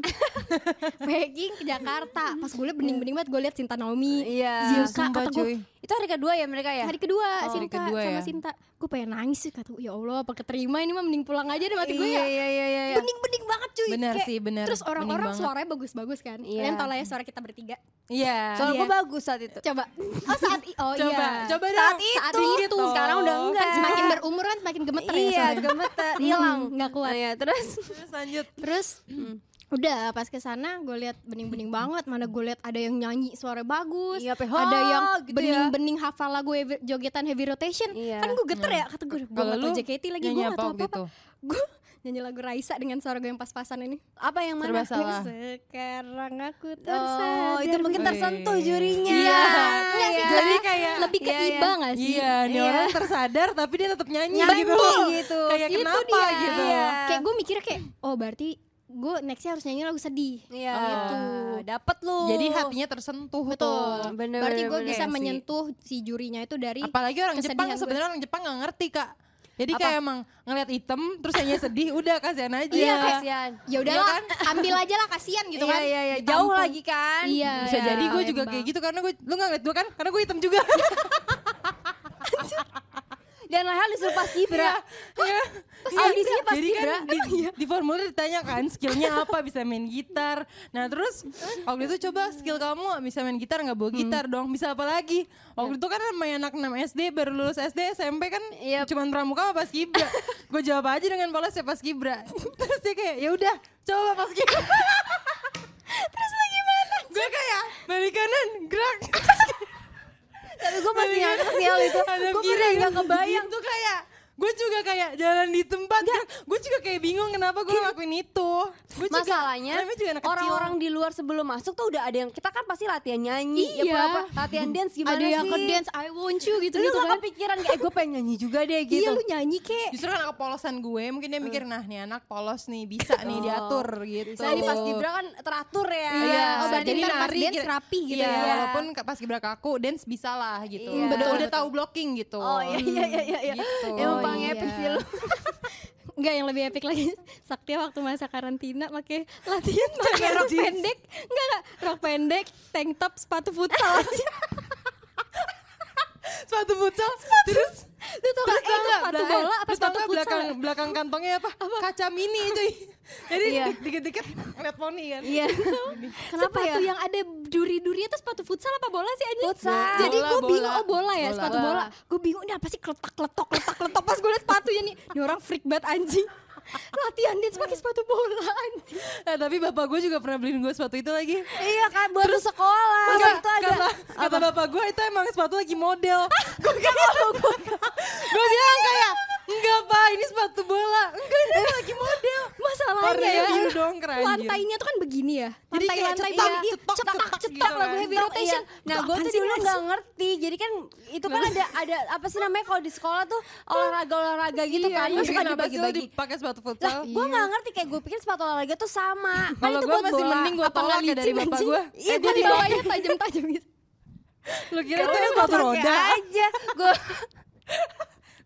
Speaker 4: packing ke Jakarta pas gue liat
Speaker 3: Iya.
Speaker 4: bening-bening banget gue liat Sinta Naomi
Speaker 2: Iya.
Speaker 4: Zio Kak,
Speaker 3: Sumpah
Speaker 4: kata gue,
Speaker 3: cuy.
Speaker 2: Itu hari kedua ya mereka ya?
Speaker 4: hari kedua
Speaker 2: Oh,
Speaker 4: Sinta
Speaker 3: hari kedua
Speaker 4: sama
Speaker 3: ya.
Speaker 4: Sinta gue pengen nangis sih kata gue, ya Allah apa keterima ini mah mending pulang aja deh mati gue
Speaker 2: Iya,
Speaker 4: ya
Speaker 2: iya, iya, iya, iya.
Speaker 4: bening-bening banget cuy
Speaker 3: Bener
Speaker 4: Kayak-
Speaker 3: sih, bener.
Speaker 4: terus orang-orang
Speaker 3: Bening banget.
Speaker 4: suaranya bagus-bagus kan
Speaker 2: Iya.
Speaker 4: kalian tau lah ya suara kita bertiga
Speaker 3: Iya.
Speaker 2: Soal
Speaker 4: Iya.
Speaker 2: gue bagus saat itu.
Speaker 4: coba oh saat i- oh
Speaker 3: Coba,
Speaker 4: iya
Speaker 3: coba
Speaker 2: Saat
Speaker 3: dong.
Speaker 2: itu.
Speaker 4: saat itu,
Speaker 2: gitu. Sekarang udah enggak.
Speaker 4: kan semakin berumur kan makin gemeter ya
Speaker 2: Iya,
Speaker 4: suaranya.
Speaker 2: gemeter, hilang.
Speaker 4: Hmm, nggak kuat.
Speaker 2: Nah, ya, terus
Speaker 3: Terus lanjut.
Speaker 4: Terus
Speaker 2: Mm.
Speaker 4: udah pas ke sana gue lihat bening-bening banget mana gue lihat ada yang nyanyi suara bagus
Speaker 2: Iya, apa,
Speaker 4: ada
Speaker 2: "Ha!"
Speaker 4: yang
Speaker 2: gitu ya.
Speaker 4: bening-bening hafal lagu heavy- jogetan heavy rotation
Speaker 2: Iya.
Speaker 4: kan gue geter ya kata gue gue
Speaker 3: Kalau
Speaker 4: gak tau
Speaker 3: lu
Speaker 4: JKT lagi gue
Speaker 3: nyanyi
Speaker 4: gak
Speaker 3: apa
Speaker 4: tau
Speaker 3: waktu
Speaker 4: apa-apa
Speaker 3: itu?
Speaker 4: gue nyanyi lagu Raisa dengan suara gue yang pas-pasan ini
Speaker 2: apa yang mana?
Speaker 3: Serba salah.
Speaker 4: sekarang aku tersadar
Speaker 2: Oh, itu mungkin tersentuh
Speaker 3: Wih.
Speaker 2: jurinya.
Speaker 4: iya
Speaker 2: Nggak
Speaker 4: Nggak sih,
Speaker 2: sih,
Speaker 4: karena
Speaker 3: Jadi kayak
Speaker 4: lebih ke
Speaker 2: Iya, iya.
Speaker 4: iba gak sih
Speaker 3: Iya, nih orang tersadar tapi dia tetap nyanyi,
Speaker 2: Nyanyi
Speaker 3: gitu.
Speaker 2: gitu.
Speaker 3: Kayak
Speaker 4: Itu
Speaker 3: kenapa
Speaker 4: dia.
Speaker 3: gitu.
Speaker 2: Iya.
Speaker 4: kayak gue mikirnya kayak oh berarti gue nextnya harus nyanyi lagu sedih
Speaker 2: Iya,
Speaker 4: gitu
Speaker 2: Dapat lu.
Speaker 3: Jadi hatinya tersentuh
Speaker 4: Betul.
Speaker 3: tuh.
Speaker 2: Bener,
Speaker 4: Berarti
Speaker 2: bener,
Speaker 4: gue
Speaker 2: bener.
Speaker 4: bisa
Speaker 3: Iya sih.
Speaker 4: menyentuh si jurinya itu dari
Speaker 3: Apalagi orang Jepang
Speaker 4: kesedihan gue.
Speaker 3: sebenarnya orang Jepang nggak ngerti kak. Jadi
Speaker 2: Apa?
Speaker 3: kayak emang ngelihat item terus hanya sedih udah kasihan aja.
Speaker 2: Iya, kasihan.
Speaker 4: ya udahlah ambil aja lah kasihan gitu
Speaker 2: kan? Iya,
Speaker 4: kan.
Speaker 2: iya, iya. Jauh
Speaker 4: Ditampung.
Speaker 2: lagi kan?
Speaker 4: Iya.
Speaker 3: Bisa jadi gue juga kayak gitu karena gue lu nggak ngeliat gue kan karena gue hitam juga.
Speaker 2: Dan Rahel disuruh pas Ibra.
Speaker 3: Iya.
Speaker 2: Pas audisinya pas
Speaker 3: Jadi kan
Speaker 2: Ibra.
Speaker 3: di, di formulir ditanya kan skillnya apa bisa main gitar. Nah terus waktu itu coba skill kamu bisa main gitar nggak bawa gitar dong bisa apa lagi. Waktu itu kan sama anak 6 SD baru lulus SD SMP kan
Speaker 2: Yep.
Speaker 3: cuman pramuka sama pas kibra. gue jawab aja dengan polos ya pas kibra. terus dia kayak ya udah coba pas kibra. terus lagi gimana? Gue kayak balik kanan gerak.
Speaker 2: Tapi gue masih nggak ngerti hal itu.
Speaker 3: Iya. Ada
Speaker 2: Gue
Speaker 3: kiri
Speaker 2: pernah nggak kebayang.
Speaker 3: tuh kayak gue juga kayak jalan di tempat gue juga kayak bingung kenapa gue ngelakuin itu Gua juga-
Speaker 2: Masalahnya
Speaker 3: namanya juga anak kecil.
Speaker 2: orang-orang di luar sebelum masuk tuh udah ada yang kita kan pasti latihan nyanyi, ya
Speaker 4: Iya.
Speaker 2: pura-pura latihan dance gimana
Speaker 4: Ada
Speaker 2: sih?
Speaker 4: yang ke dance I want you gitu
Speaker 2: Lu
Speaker 4: gitu
Speaker 2: nggak
Speaker 4: kan.
Speaker 2: kepikiran kayak "Eh, gue pengen nyanyi juga deh gitu.
Speaker 4: Iya lu nyanyi kek.
Speaker 3: justru kan kepolosan gue mungkin dia mikir
Speaker 2: Hmm.
Speaker 3: nah nih anak polos nih bisa nih
Speaker 2: Oh.
Speaker 3: diatur gitu
Speaker 2: Bisa di pas Gibra kan teratur ya.
Speaker 4: Iya,
Speaker 3: Iya,
Speaker 4: oh, berarti ntar pas dance
Speaker 3: gitu.
Speaker 4: rapi gitu
Speaker 3: Iya,
Speaker 2: ya.
Speaker 3: walaupun ke- pas kibra kaku dance bisa lah gitu.
Speaker 2: Iya.
Speaker 3: Udah,
Speaker 2: Betul,
Speaker 3: udah tahu blocking gitu.
Speaker 2: Oh iya iya iya iya. iya.
Speaker 3: Gitu.
Speaker 2: Emang
Speaker 4: Oh,
Speaker 2: paling
Speaker 4: iya.
Speaker 2: epic sih lu.
Speaker 4: Enggak yang lebih epic lagi Sakti waktu masa karantina pakai latihan pakai rok
Speaker 2: jeans.
Speaker 4: pendek Enggak enggak Rok pendek Tank top sepatu futsal
Speaker 3: Sepatu futsal terus
Speaker 4: Itu tau gak eh, itu
Speaker 3: nggak
Speaker 4: sepatu
Speaker 3: belakang-
Speaker 4: bola
Speaker 3: terus
Speaker 4: apa
Speaker 3: tau
Speaker 4: sepatu
Speaker 3: nggak
Speaker 4: futsal
Speaker 3: belakang belakang kantongnya apa? Kaca mini cuy. Jadi
Speaker 2: Iya.
Speaker 3: dikit-dikit ngeliat poni kan.
Speaker 2: Iya. Kenapa
Speaker 4: sepatu
Speaker 2: ya?
Speaker 4: yang ada duri-durinya itu sepatu futsal apa bola sih anjing?
Speaker 2: Futsal.
Speaker 4: Jadi
Speaker 3: Bola,
Speaker 4: gue
Speaker 3: bola.
Speaker 4: bingung, oh bola ya
Speaker 3: Bola.
Speaker 4: sepatu bola.
Speaker 2: Bola.
Speaker 4: Gue bingung ini apa sih keletak-keletok, keletak-keletok. Pas gue liat sepatunya nih, ini orang freak banget anjing. Latihan dance pakai sepatu bola anjing.
Speaker 3: Nah, tapi bapak gue juga pernah beliin gue sepatu itu lagi.
Speaker 2: Iya kan buat lu sekolah.
Speaker 3: Enggak,
Speaker 2: itu ada.
Speaker 3: kata, kata bapak gue itu emang sepatu lagi model. gue gue bilang kayak enggak pak ini sepatu bola. Enggak ini emang lagi model.
Speaker 4: Masalahnya
Speaker 3: Warnanya
Speaker 4: ya.
Speaker 3: biru dong, keren, gitu. anjing.
Speaker 4: Lantainya tuh kan begini ya.
Speaker 3: Jadi kayak
Speaker 4: Lantai-lantai
Speaker 3: cetak,
Speaker 2: iya.
Speaker 4: begini,
Speaker 3: cetak, cetak
Speaker 4: cetak
Speaker 3: gitu
Speaker 4: lah
Speaker 3: kan.
Speaker 4: gue heavy
Speaker 2: Tau,
Speaker 4: rotation.
Speaker 2: iya. Nah gue tuh dulu nggak ngerti. Jadi kan itu kan ada ada apa sih namanya kalau di sekolah tuh olahraga olahraga gitu
Speaker 3: Iya,
Speaker 2: kan.
Speaker 3: iya.
Speaker 2: Terus suka
Speaker 3: Kenapa sih lo
Speaker 2: dibagi-bagi.
Speaker 3: Dipakai sepatu futsal.
Speaker 2: Lah, iya. gue nggak ngerti kayak gue pikir sepatu olahraga tuh sama. Kan
Speaker 3: Kalau
Speaker 2: itu
Speaker 3: gue
Speaker 2: buat
Speaker 3: masih
Speaker 2: bola.
Speaker 3: mending gue
Speaker 4: Apa nggak
Speaker 3: tolak ya dari
Speaker 4: licin
Speaker 3: bapak
Speaker 4: anjing?
Speaker 3: gue.
Speaker 4: Iya, kan bawahnya tajam-tajam gitu.
Speaker 3: Lu kira itu
Speaker 2: Udah,
Speaker 3: yang sepatu
Speaker 2: pakai
Speaker 3: roda?
Speaker 2: aja. Gue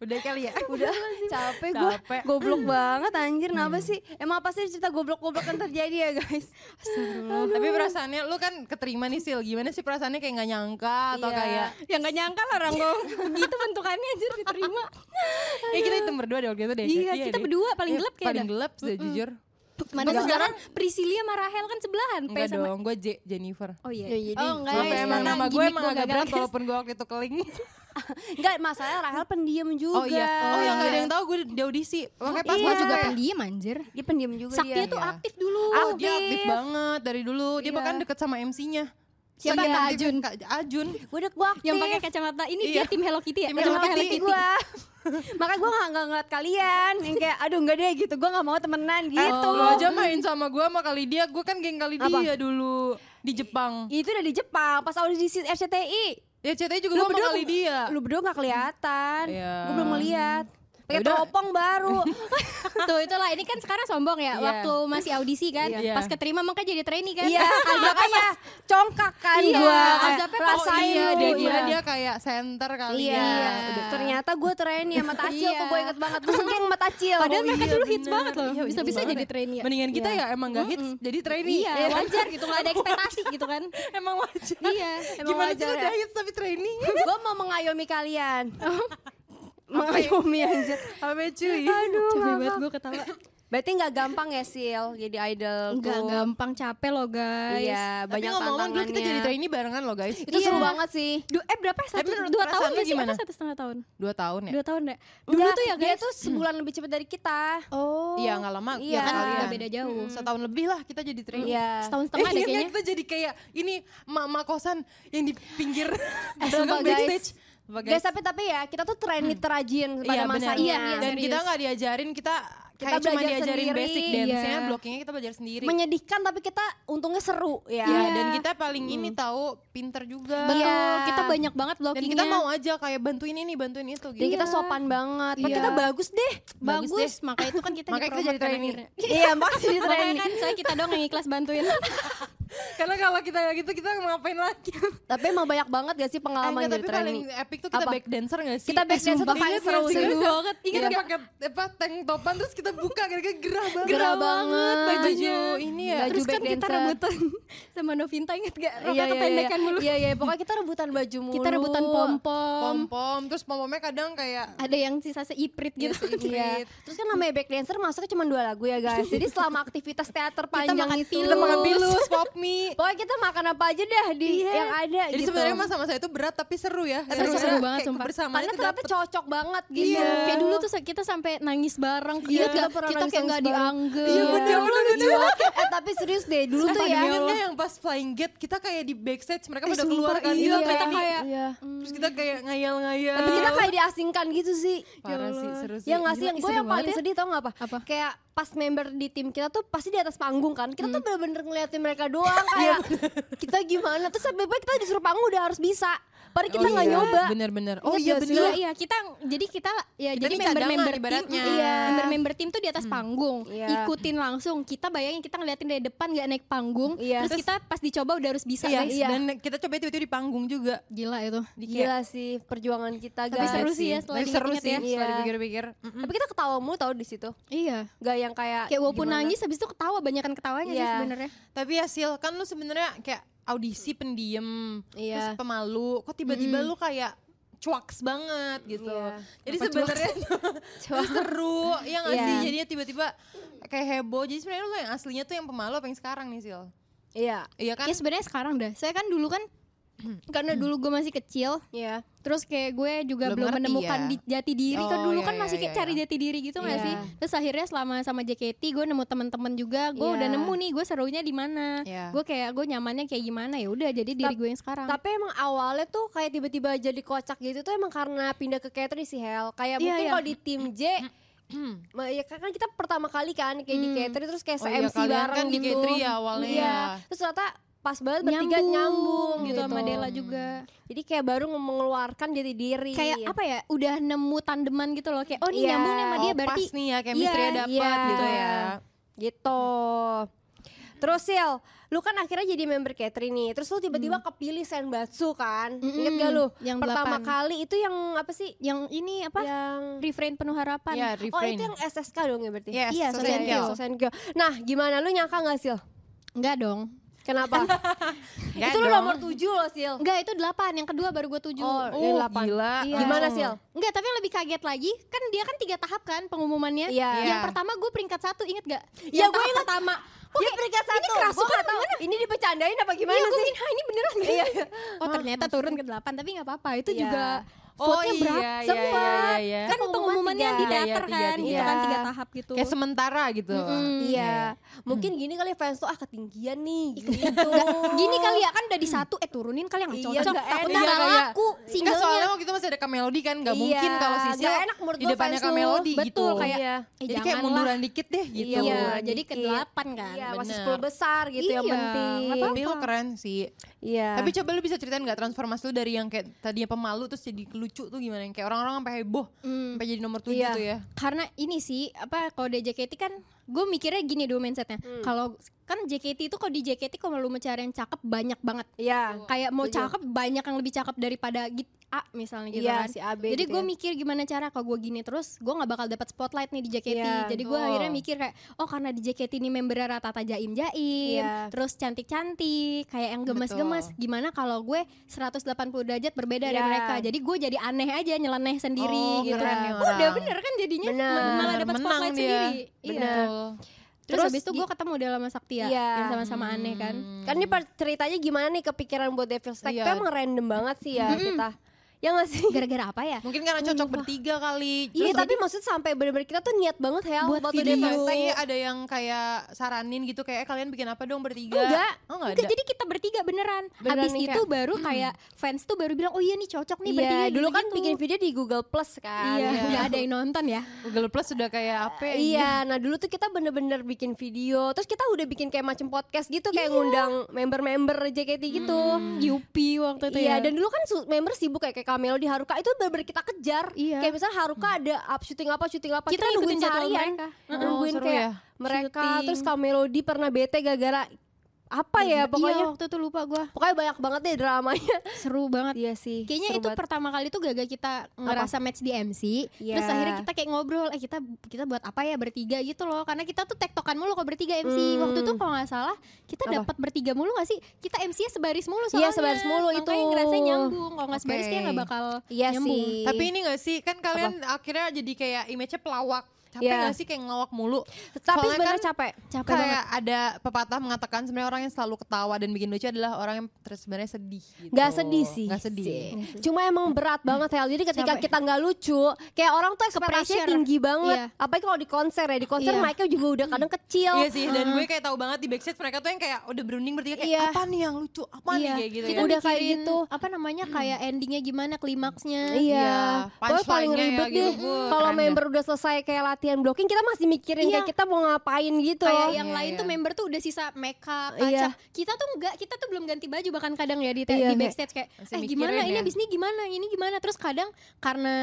Speaker 3: Udah kali ya.
Speaker 2: udah capek gue.
Speaker 3: Capek.
Speaker 2: Goblok banget anjir. Kenapa
Speaker 4: Hmm.
Speaker 2: sih? Emang apa sih cerita goblok-goblok yang terjadi ya guys?
Speaker 3: Tapi perasaannya lu kan keterima nih Sil. Gimana sih perasaannya kayak nggak nyangka atau
Speaker 2: Iya.
Speaker 3: kayak
Speaker 4: Ya gak nyangka lah orang gue gitu bentukannya anjir diterima.
Speaker 3: Eh kita hitam berdua deh waktu itu deh.
Speaker 4: Iya, kita
Speaker 3: deh.
Speaker 4: berdua paling
Speaker 3: Iya,
Speaker 4: gelap kayaknya.
Speaker 3: Paling gelap sudah jujur.
Speaker 4: Mana
Speaker 3: Enggak.
Speaker 4: sekarang Priscilia sama Rahel kan sebelahan P
Speaker 3: Enggak
Speaker 4: sama
Speaker 3: dong, gue J Jennifer.
Speaker 4: Oh iya.
Speaker 2: Ya, jadi-
Speaker 4: oh enggak.
Speaker 3: Maaf
Speaker 4: ya,
Speaker 3: ya, emang
Speaker 4: sekarang
Speaker 3: nama gue
Speaker 4: gimmick
Speaker 3: emang agak
Speaker 4: gagal,
Speaker 3: berat
Speaker 4: guys.
Speaker 3: walaupun gue waktu itu keling.
Speaker 2: Enggak, masalah Rahel pendiam juga.
Speaker 3: Oh iya, oh yang gak ada yang tahu gue di audisi. Makanya pas
Speaker 4: Pas
Speaker 3: gue
Speaker 4: gue
Speaker 3: juga
Speaker 4: juga pendiam anjir.
Speaker 2: Dia pendiam juga
Speaker 4: Sakti
Speaker 2: dia.
Speaker 4: tuh
Speaker 3: Iya.
Speaker 4: aktif dulu.
Speaker 3: Oh, dia aktif banget dari dulu. Dia
Speaker 2: Iya.
Speaker 3: bahkan deket sama MC-nya.
Speaker 4: Siapa
Speaker 3: Saking
Speaker 4: Kak
Speaker 3: aktifnya,
Speaker 4: Ajun?
Speaker 3: Kak Ajun.
Speaker 2: Gue udah gue aktif.
Speaker 4: Yang pakai kacamata ini
Speaker 3: Iya.
Speaker 4: dia tim Hello Kitty ya.
Speaker 3: Tim
Speaker 4: Kacamata
Speaker 3: Hello
Speaker 4: Hello
Speaker 3: Kitty.
Speaker 4: Kitty.
Speaker 2: gue makanya gue nggak nggak ngeliat kalian yang kayak aduh nggak deh gitu gue nggak mau temenan
Speaker 3: Eh,
Speaker 2: gitu
Speaker 3: Lu aja main sama gue sama kali dia. Gue kan geng kali
Speaker 2: Apa?
Speaker 3: dia dulu di Jepang.
Speaker 2: itu udah di Jepang pas audisi RCTI
Speaker 3: Ya ceritanya juga gue sama kali dia.
Speaker 2: lu berdua nggak kelihatan
Speaker 3: Iya.
Speaker 2: gue belum ngeliat pakai
Speaker 3: Yaudah.
Speaker 2: teropong baru
Speaker 4: Tuh itulah ini kan sekarang sombong ya.
Speaker 3: Iya.
Speaker 4: Waktu masih audisi kan.
Speaker 3: Iya.
Speaker 4: Pas keterima makanya jadi trainee kan.
Speaker 2: iya makanya congkak kan
Speaker 4: Iya,
Speaker 2: gue
Speaker 4: azabnya pas-
Speaker 2: rasain
Speaker 3: iya,
Speaker 2: lu
Speaker 3: dia
Speaker 2: iya.
Speaker 3: kira dia kayak center kali
Speaker 2: Iya.
Speaker 3: ya.
Speaker 2: Udah. ternyata gue trainee sama Tacil
Speaker 4: Iya.
Speaker 2: kok gue inget banget terus geng sama Tacil
Speaker 4: Padahal
Speaker 2: Oh,
Speaker 4: mereka
Speaker 2: iya.
Speaker 4: dulu hits
Speaker 3: bener.
Speaker 4: banget loh.
Speaker 3: Iya, hits
Speaker 4: Bisa-bisa
Speaker 3: banget.
Speaker 4: jadi trainee ya.
Speaker 3: Mendingan kita ya emang gak hits jadi trainee.
Speaker 4: Iya,
Speaker 3: Ya kan?
Speaker 4: wajar gitu nggak ada ekspektasi gitu kan.
Speaker 3: Emang wajar.
Speaker 4: Iya.
Speaker 2: Emang
Speaker 3: Gimana sih
Speaker 2: wajar
Speaker 3: lu
Speaker 2: ya.
Speaker 3: udah hits tapi trainee?
Speaker 2: gue mau mengayomi kalian mengayomi anjir
Speaker 3: Apa cuy?
Speaker 2: aduh
Speaker 4: Capek
Speaker 2: mama.
Speaker 4: banget gue ketawa.
Speaker 2: Berarti nggak gampang ya Sil jadi idol
Speaker 4: Enggak gampang capek loh guys.
Speaker 2: Iya
Speaker 3: Tapi
Speaker 2: banyak
Speaker 3: ngomong-ngomong dulu
Speaker 2: tantangannya
Speaker 3: kita jadi trainee barengan loh guys.
Speaker 2: Itu seru
Speaker 4: Iya.
Speaker 2: banget sih
Speaker 4: Du- eh berapa ya?
Speaker 3: Tapi
Speaker 4: Satu,
Speaker 3: menurut
Speaker 4: dua
Speaker 3: perasaan
Speaker 4: tahun
Speaker 3: lu
Speaker 4: gak sih?
Speaker 3: gimana?
Speaker 4: Apa satu setengah tahun?
Speaker 3: Dua tahun ya?
Speaker 4: Dua tahun ya? Dulu
Speaker 2: Enggak,
Speaker 4: tuh ya
Speaker 2: Dia
Speaker 4: guys?
Speaker 2: tuh sebulan lebih cepat dari kita
Speaker 4: Oh.
Speaker 3: Iya nggak lama.
Speaker 2: Iya.
Speaker 3: Ya kan
Speaker 4: Kan
Speaker 3: kalian.
Speaker 4: udah beda jauh.
Speaker 3: Mm, Setahun lebih lah kita jadi trainee.
Speaker 2: Iya
Speaker 4: Setahun
Speaker 3: Eh,
Speaker 4: setengah deh
Speaker 3: ingat nggak
Speaker 4: kayaknya.
Speaker 3: kita jadi kayak ini mak-mak kosan yang di pinggir
Speaker 2: sumpah,
Speaker 3: belakang
Speaker 2: guys.
Speaker 3: backstage. Apa,
Speaker 2: Guys tapi tapi ya kita tuh trainee terajin pada
Speaker 3: Iya benar.
Speaker 2: masanya
Speaker 4: Hmm. Iya, iya,
Speaker 3: Dan
Speaker 4: serius.
Speaker 3: kita nggak diajarin kita kayak cuma
Speaker 2: belajar
Speaker 3: diajarin
Speaker 2: sendiri,
Speaker 3: basic dance-nya,
Speaker 4: iya.
Speaker 3: blockingnya kita belajar sendiri.
Speaker 2: Menyedihkan tapi kita untungnya seru ya
Speaker 3: Ya,
Speaker 4: Iya.
Speaker 3: dan kita paling ini
Speaker 2: Hmm.
Speaker 3: tahu pinter juga.
Speaker 4: Betul.
Speaker 2: Iya.
Speaker 4: Kita banyak banget ya.
Speaker 3: Dan
Speaker 4: blockingnya.
Speaker 3: kita mau aja kayak bantuin ini, bantuin itu
Speaker 2: Dan
Speaker 3: gitu.
Speaker 2: kita sopan banget Pak,
Speaker 4: Iya.
Speaker 2: Kita bagus deh
Speaker 4: bagus,
Speaker 3: Bagus deh.
Speaker 4: makanya itu kan kita
Speaker 3: Makanya kita
Speaker 4: dipromot
Speaker 3: jadi
Speaker 4: kan
Speaker 3: trainee.
Speaker 4: akhirnya.
Speaker 2: Iya makanya jadi
Speaker 4: Makanya
Speaker 2: trainee
Speaker 4: kan soalnya kita doang yang ikhlas bantuin.
Speaker 3: Karena kalau kita kayak gitu kita ngapain lagi?
Speaker 2: Tapi emang banyak banget gak sih
Speaker 3: Eh,
Speaker 2: pengalaman jadi
Speaker 3: enggak, tapi paling
Speaker 2: trainee
Speaker 3: epic tuh kita
Speaker 2: Ah, Apa?
Speaker 3: back dancer gak sih?
Speaker 2: Kita back
Speaker 3: Eh,
Speaker 2: dancer
Speaker 3: sumpah.
Speaker 2: tuh paling
Speaker 3: Ingat
Speaker 2: seru Iya.
Speaker 3: gak sih?
Speaker 2: juga.
Speaker 3: Seru banget.
Speaker 2: Ingat
Speaker 3: Kita
Speaker 2: nggak?
Speaker 3: pakai apa tank topan terus kita buka gara-gara gerah banget.
Speaker 2: Gerah banget
Speaker 3: bajunya. ini ya.
Speaker 2: Baju
Speaker 4: Terus kan
Speaker 2: back
Speaker 4: kita
Speaker 2: dancer.
Speaker 4: rebutan sama Novinta inget gak? Roknya
Speaker 2: Iya, iya,
Speaker 4: kependekan
Speaker 2: iya.
Speaker 4: mulu.
Speaker 2: Iya iya pokoknya kita rebutan baju mulu
Speaker 4: Kita rebutan pom-pom.
Speaker 3: Pom-pom terus pom-pomnya kadang kayak
Speaker 4: Ada yang sisa seiprit gitu.
Speaker 3: Iya, seiprit.
Speaker 2: Iya. Terus kan namanya back dancer masuknya cuma dua lagu ya guys. Jadi selama aktivitas teater panjang
Speaker 4: makan
Speaker 2: itu,
Speaker 4: pilus.
Speaker 3: kita makan pilus, pop mie.
Speaker 2: Pokoknya kita makan apa aja dah di yang ada
Speaker 3: Iya. Jadi
Speaker 2: gitu.
Speaker 3: sebenarnya masa-masa itu berat tapi seru ya.
Speaker 4: Tapi seru
Speaker 3: Karena
Speaker 4: banget,
Speaker 3: kayak
Speaker 4: sumpah.
Speaker 3: kebersamaan
Speaker 2: karena
Speaker 3: itu
Speaker 2: ternyata
Speaker 3: dapet.
Speaker 2: cocok banget gitu.
Speaker 3: Iya.
Speaker 4: Kayak dulu tuh kita sampai nangis bareng.
Speaker 2: Iya,
Speaker 4: Ingat gak?
Speaker 2: pernah
Speaker 4: Kita kayak
Speaker 2: nangis-nangis
Speaker 4: gak
Speaker 2: bareng.
Speaker 4: dianggap.
Speaker 3: Iya, bener, bener, bener.
Speaker 2: eh tapi serius deh dulu tuh ya.
Speaker 3: Ingat nggak yang pas flying gate kita kayak di backstage mereka
Speaker 2: Eh,
Speaker 3: pada
Speaker 2: sumpah,
Speaker 3: keluar kan
Speaker 2: iya.
Speaker 3: kita kita kayak
Speaker 2: Iya.
Speaker 3: terus kita kayak ngayal-ngayal.
Speaker 2: Tapi kita kayak diasingkan gitu sih.
Speaker 3: parah sih seru sih.
Speaker 2: Ya nggak sih,
Speaker 4: Gila,
Speaker 2: yang gue
Speaker 4: seru
Speaker 2: yang paling
Speaker 4: banget ya.
Speaker 2: sedih tau gak apa?
Speaker 4: Apa?
Speaker 2: Kayak pas member di tim kita tuh pasti di atas panggung kan
Speaker 3: Hmm.
Speaker 2: Kita tuh
Speaker 3: Iya,
Speaker 2: bener-bener ngeliatin mereka doang kayak kita gimana Terus sampai kita disuruh panggung udah harus bisa Padahal kita nggak
Speaker 3: iya,
Speaker 2: nyoba.
Speaker 3: Bener-bener. Oh
Speaker 4: Ingat
Speaker 3: iya
Speaker 4: gak sih?
Speaker 3: bener.
Speaker 4: Iya, iya, kita jadi kita ya
Speaker 3: Kita
Speaker 4: jadi
Speaker 3: nih
Speaker 4: member-member
Speaker 3: cadangan
Speaker 4: tim,
Speaker 3: ibaratnya. Hmm.
Speaker 4: iya, member-member tim tuh di atas panggung,
Speaker 2: Iya.
Speaker 4: ikutin langsung. Kita bayangin kita ngeliatin dari depan nggak naik panggung,
Speaker 2: Iya.
Speaker 4: terus kita pas dicoba udah harus bisa,
Speaker 3: Iya,
Speaker 4: guys.
Speaker 3: Dan kita coba tiba-tiba di panggung juga.
Speaker 4: Gila itu.
Speaker 3: Di kayak-
Speaker 2: Gila sih perjuangan kita guys.
Speaker 4: Tapi seru sih ya setelah
Speaker 3: Tapi seru sih
Speaker 4: diinget-inget ya.
Speaker 3: setelah
Speaker 2: Iya.
Speaker 3: dipikir-pikir.
Speaker 2: Tapi kita ketawa mulu tau di situ.
Speaker 4: Iya.
Speaker 2: Gak yang kayak
Speaker 4: Kayak walaupun
Speaker 2: gimana.
Speaker 4: nangis habis itu ketawa, banyakan ketawanya sih
Speaker 2: Iya.
Speaker 4: sebenarnya.
Speaker 3: Tapi hasil kan lu sebenarnya kayak audisi pendiem,
Speaker 2: Iya.
Speaker 3: terus pemalu. Kok tiba-tiba lu kayak cuaks banget gitu.
Speaker 2: Iya.
Speaker 3: Jadi
Speaker 4: Apa
Speaker 3: sebenarnya
Speaker 2: Cuak.
Speaker 3: seru, ya nggak sih?
Speaker 2: Iya.
Speaker 3: Jadinya tiba-tiba kayak heboh. Jadi sebenarnya lu yang aslinya tuh yang pemalu apa yang sekarang nih Sil?
Speaker 2: Iya.
Speaker 3: Iya kan? Hmm.
Speaker 4: Ya sebenarnya sekarang dah. Saya kan dulu kan karena dulu gue masih kecil,
Speaker 2: Iya.
Speaker 4: terus kayak gue juga
Speaker 3: Belum
Speaker 4: belum,
Speaker 3: ngerti
Speaker 4: menemukan
Speaker 3: ya?
Speaker 4: di- jati diri kan
Speaker 3: Oh,
Speaker 4: dulu
Speaker 3: iya,
Speaker 4: kan
Speaker 3: iya,
Speaker 4: masih
Speaker 3: iya,
Speaker 4: kayak cari
Speaker 3: iya.
Speaker 4: jati diri gitu nggak
Speaker 2: Iya.
Speaker 4: sih terus akhirnya selama sama JKT gue nemu teman-teman juga gue
Speaker 2: Iya.
Speaker 4: udah nemu nih gue serunya di mana
Speaker 3: Iya.
Speaker 4: gue kayak gue nyamannya kayak gimana ya udah jadi diri
Speaker 2: Tap-
Speaker 4: gue yang sekarang
Speaker 2: Tapi emang awalnya tuh kayak tiba-tiba jadi kocak gitu tuh emang karena pindah ke Catering sih Hel. Kayak
Speaker 4: Iya,
Speaker 2: mungkin
Speaker 4: iya.
Speaker 2: kalau di tim J ma- ya kan kita pertama kali kan kayak di Catering terus kayak
Speaker 3: Oh iya,
Speaker 2: se-MC
Speaker 3: kalian
Speaker 2: bareng
Speaker 3: kan di
Speaker 2: gitu.
Speaker 3: Catering ya awalnya.
Speaker 2: Iya. Terus ternyata pas banget bertiga nyambung,
Speaker 4: gitu
Speaker 2: gitu,
Speaker 4: sama Dela juga
Speaker 2: Jadi kayak baru nge- mengeluarkan jati diri.
Speaker 4: kayak apa ya udah nemu tandeman gitu loh kayak oh ini
Speaker 2: Iya.
Speaker 4: nyambung nih sama dia
Speaker 3: Oh,
Speaker 4: berarti
Speaker 3: pas nih ya, chemistry
Speaker 4: Iya,
Speaker 3: dapat
Speaker 2: iya.
Speaker 3: gitu ya.
Speaker 2: Gitu. Terus Sil, lu kan akhirnya jadi member Catering nih. Terus lu tiba-tiba
Speaker 3: Hmm.
Speaker 2: kepilih Senbatsu kan?
Speaker 4: Mm-mm.
Speaker 2: Ingat gak lu?
Speaker 4: Yang
Speaker 2: pertama
Speaker 4: delapan.
Speaker 2: kali Iya. itu yang apa sih?
Speaker 4: yang ini apa
Speaker 2: Yang
Speaker 4: refrain penuh harapan
Speaker 3: Iya,
Speaker 2: Oh
Speaker 3: refrain.
Speaker 2: itu yang SSK dong ya berarti?
Speaker 3: Yes,
Speaker 4: Iya,
Speaker 3: Sosenkyo.
Speaker 4: Sosenkyo.
Speaker 2: Sosenkyo. Nah gimana lu nyangka gak Sil?
Speaker 4: enggak dong
Speaker 2: Kenapa?
Speaker 3: Nggak
Speaker 2: itu lu
Speaker 3: Ya dong.
Speaker 2: nomor 7 loh Sil.
Speaker 4: enggak itu delapan yang kedua baru gue tujuh
Speaker 2: Oh,
Speaker 3: Oh,
Speaker 2: yang delapan. Ya,
Speaker 3: gila.
Speaker 4: Iya.
Speaker 2: Gimana Sil?
Speaker 4: Enggak, tapi yang lebih kaget lagi kan dia kan tiga tahap kan pengumumannya.
Speaker 2: Iya.
Speaker 4: Yang
Speaker 3: Iya.
Speaker 4: pertama gue peringkat satu inget gak?
Speaker 2: Ya, gue
Speaker 4: Yang tahap
Speaker 2: ingat.
Speaker 4: pertama.
Speaker 2: Dia peringkat satu.
Speaker 4: Ini kerasukan
Speaker 2: Gua nggak tahu, Ini dipecandain apa gimana
Speaker 4: iya, gue
Speaker 2: sih?
Speaker 4: bikin,
Speaker 3: "Ah,
Speaker 4: "Hah, ini beneran gak?"
Speaker 2: Iya.
Speaker 4: Oh ternyata turun ke delapan tapi nggak apa-apa. Itu
Speaker 2: Iya.
Speaker 4: juga
Speaker 3: Oh,
Speaker 4: vote-nya
Speaker 3: iya,
Speaker 4: berapa?
Speaker 3: iya,
Speaker 4: Semua.
Speaker 3: iya, iya.
Speaker 4: Kan
Speaker 2: Kan
Speaker 4: pengumumannya
Speaker 2: pengumuman
Speaker 4: di
Speaker 3: tiga.
Speaker 4: teater
Speaker 3: Iya, iya, tiga,
Speaker 4: kan, gitu
Speaker 2: tiga.
Speaker 4: kan tiga tahap gitu.
Speaker 3: Kayak sementara gitu.
Speaker 4: Mm-mm.
Speaker 2: Iya. Mungkin gini kali fans tuh ah ketinggian nih gitu.
Speaker 4: Gini kali ya kan udah di satu, eh turunin kali yang
Speaker 2: Iya,
Speaker 4: cocok.
Speaker 2: nggak
Speaker 4: Takutnya
Speaker 2: enak.
Speaker 4: nggak
Speaker 3: Iya, iya.
Speaker 4: laku
Speaker 3: Enggak soalnya
Speaker 4: singlenya.
Speaker 3: waktu itu masih ada Kamelodi kan nggak
Speaker 2: Iya,
Speaker 3: mungkin kalau Sisil
Speaker 2: nggak enak menurut
Speaker 3: di
Speaker 2: gua
Speaker 3: depannya
Speaker 2: fans lu.
Speaker 3: Kamelodi
Speaker 4: Betul,
Speaker 3: gitu.
Speaker 4: kayak,
Speaker 2: Iya.
Speaker 4: eh,
Speaker 3: Jadi kayak
Speaker 4: janganlah.
Speaker 3: munduran dikit deh gitu.
Speaker 4: Iya,
Speaker 2: munduran
Speaker 4: jadi ke
Speaker 2: dikit.
Speaker 4: delapan kan.
Speaker 2: Iya, masih
Speaker 3: Bener.
Speaker 2: 10 besar gitu yang
Speaker 4: Iya,
Speaker 2: penting.
Speaker 4: nggak apa-apa.
Speaker 3: Tapi lo keren sih.
Speaker 2: Iya.
Speaker 3: Tapi coba lu bisa ceritain nggak transformasi lu dari yang kayak tadinya pemalu terus jadi lucu tuh gimana? Yang kayak orang-orang sampai heboh,
Speaker 4: Mm.
Speaker 3: sampai jadi nomor tujuh
Speaker 2: Iya.
Speaker 3: tuh ya.
Speaker 4: karena ini sih apa kalau di JKT kan gue mikirnya gini dulu mindsetnya kalau kan JKT itu kalau di JKT kalau lu mencari yang cakep banyak banget kan.
Speaker 2: Iya.
Speaker 4: kayak mau
Speaker 2: Setuju.
Speaker 4: cakep banyak yang lebih cakep daripada git A misalnya gitu
Speaker 2: Iya,
Speaker 4: kan
Speaker 2: si AB
Speaker 4: jadi
Speaker 2: gitu
Speaker 4: gue
Speaker 2: ya.
Speaker 4: mikir gimana cara kalau gue gini terus gue nggak bakal dapat spotlight nih di JKT
Speaker 2: Iya,
Speaker 4: jadi gue
Speaker 3: betul.
Speaker 4: akhirnya mikir kayak oh karena di JKT ini membernya rata-rata jaim jaim
Speaker 2: Iya.
Speaker 4: terus cantik cantik kayak yang gemes-gemes
Speaker 3: Betul.
Speaker 4: gimana kalau gue 180 derajat berbeda dari
Speaker 2: Iya.
Speaker 4: mereka jadi gue jadi aneh aja nyeleneh sendiri
Speaker 3: Oh,
Speaker 4: gitu
Speaker 3: keren nih
Speaker 4: udah
Speaker 3: orang.
Speaker 4: bener kan jadinya
Speaker 2: Bener.
Speaker 4: malah dapat
Speaker 3: Menang
Speaker 4: spotlight
Speaker 3: dia.
Speaker 4: sendiri iya
Speaker 3: Betul.
Speaker 4: terus,
Speaker 2: Terus
Speaker 4: habis itu
Speaker 2: di-
Speaker 4: gue ketemu Della sama Saktia
Speaker 2: Iya.
Speaker 4: yang sama-sama aneh kan
Speaker 3: Hmm.
Speaker 2: Kan ini per- ceritanya gimana nih kepikiran buat Devil's Tag
Speaker 3: Iya.
Speaker 2: tuh emang random banget sih ya kita. Ya gak sih?
Speaker 4: gara-gara apa ya
Speaker 3: Mungkin karena cocok bertiga kali.
Speaker 2: Iya
Speaker 3: Terus
Speaker 2: tapi maksud sampai bener-bener kita tuh niat banget Hel
Speaker 4: Buat
Speaker 2: waktu
Speaker 4: video.
Speaker 2: Devil's Tag.
Speaker 3: Tapi ada yang kayak saranin gitu kayak "Eh, kalian bikin apa dong bertiga?
Speaker 2: Enggak.
Speaker 3: Oh, enggak
Speaker 4: Enggak,
Speaker 3: ada.
Speaker 4: jadi kita bertiga beneran.
Speaker 2: Beneran
Speaker 4: Abis
Speaker 2: nih,
Speaker 4: itu
Speaker 2: kayak,
Speaker 4: baru kayak fans tuh baru bilang, oh iya nih cocok nih
Speaker 2: Iya,
Speaker 4: bertiga.
Speaker 2: dulu kan
Speaker 4: gitu-gitu."
Speaker 2: bikin video di Google Plus kan.
Speaker 4: gitu." Iya,
Speaker 3: Iya.
Speaker 4: nggak ada yang nonton ya.
Speaker 3: Google Plus sudah kayak apa? ya,
Speaker 2: Iya, nah dulu tuh kita bener-bener bikin video, terus kita udah bikin kayak macam podcast gitu, kayak
Speaker 4: Iya.
Speaker 2: ngundang member-member JKT gitu.
Speaker 4: Hmm, Yupi waktu itu
Speaker 2: Iya,
Speaker 4: ya.
Speaker 2: dan dulu kan su- member sibuk kayak, kayak Kamelo di Haruka itu bener-bener kita kejar.
Speaker 4: Iya.
Speaker 2: Kayak misalnya Haruka ada up syuting apa, syuting apa,
Speaker 4: Kita
Speaker 2: kita,
Speaker 4: ikutin
Speaker 2: nungguin
Speaker 4: jadwal
Speaker 2: seharian,
Speaker 4: mereka.
Speaker 2: Heeh,
Speaker 3: Oh,
Speaker 2: Iya, nungguin
Speaker 3: seru
Speaker 2: kayak
Speaker 3: ya.
Speaker 2: mereka.
Speaker 4: Syuting.
Speaker 2: Terus Kamelo di pernah bete gara-gara apa ya
Speaker 4: Iya,
Speaker 2: pokoknya.
Speaker 4: waktu itu lupa gue.
Speaker 2: Pokoknya banyak banget deh dramanya.
Speaker 4: Seru banget.
Speaker 2: Iya sih.
Speaker 4: Kayaknya
Speaker 2: seru
Speaker 4: itu
Speaker 2: banget.
Speaker 4: pertama kali tuh gagal kita ngerasa match di MC.
Speaker 2: Iya.
Speaker 4: Terus akhirnya kita kayak ngobrol, eh kita kita buat apa ya bertiga gitu loh. Karena kita tuh tektokan mulu kalau bertiga MC. Waktu itu kalau nggak salah kita
Speaker 2: Apa?
Speaker 4: dapat bertiga mulu gak sih? Kita MC-nya sebaris mulu
Speaker 2: Iya,
Speaker 4: soalnya.
Speaker 2: sebaris mulu itu.
Speaker 4: Makanya ngerasa nyambung. Kalau nggak sebaris kayak
Speaker 3: Oke.
Speaker 4: nggak bakal
Speaker 2: Iya
Speaker 4: nyambung.
Speaker 2: sih.
Speaker 3: Tapi ini gak sih kan kalian akhirnya jadi kayak image-nya pelawak. Capek
Speaker 2: Iya.
Speaker 3: gak sih kayak ngelawak mulu?
Speaker 2: tapi
Speaker 3: Soalnya
Speaker 2: sebenarnya
Speaker 3: kan
Speaker 2: capek.
Speaker 4: Capek banget.
Speaker 3: kayak ada pepatah mengatakan sebenarnya orang yang selalu ketawa dan bikin lucu adalah orang yang ter- sebenarnya sedih gitu.
Speaker 2: Gak sedih sih. Iya.
Speaker 3: Gak sedih.
Speaker 2: sih. Cuma emang berat banget Hel. Jadi ketika
Speaker 4: Capek.
Speaker 2: kita nggak lucu, kayak orang tuh ekspektasinya
Speaker 4: pressure.
Speaker 2: tinggi banget.
Speaker 4: Iya.
Speaker 2: Apalagi kalau di konser ya, di konser
Speaker 4: Iya.
Speaker 2: mic-nya juga udah kadang kecil.
Speaker 3: Iya sih, dan gue kayak tahu banget di backstage mereka tuh yang kayak udah berunding bertiga kayak
Speaker 2: Iya.
Speaker 3: apa nih yang lucu, apa nih kayak gitu
Speaker 4: kita
Speaker 3: ya.
Speaker 4: udah kayak
Speaker 2: Mikirin
Speaker 4: gitu apa namanya kayak endingnya gimana klimaksnya
Speaker 2: Hmm. Iya,
Speaker 3: Iya,
Speaker 2: Pokoknya paling
Speaker 3: punchline-nya ya
Speaker 2: ribet
Speaker 3: gitu,
Speaker 2: deh
Speaker 3: Bu.
Speaker 2: kalau
Speaker 3: Keren
Speaker 2: member udah selesai kayak latihan blocking kita masih mikirin
Speaker 4: Iya.
Speaker 2: kayak kita mau ngapain gitu.
Speaker 4: Kayak yang
Speaker 3: Iya,
Speaker 4: lain
Speaker 3: iya.
Speaker 4: tuh member tuh udah sisa makeup, kaca.
Speaker 2: Iya.
Speaker 4: Kita tuh enggak, kita tuh belum ganti baju bahkan kadang ya di, te-
Speaker 2: Iya,
Speaker 4: di backstage kayak
Speaker 3: Masih
Speaker 4: eh
Speaker 3: mikirin
Speaker 4: gimana ini
Speaker 3: ya."
Speaker 4: abis ini gimana, ini gimana. Terus kadang karena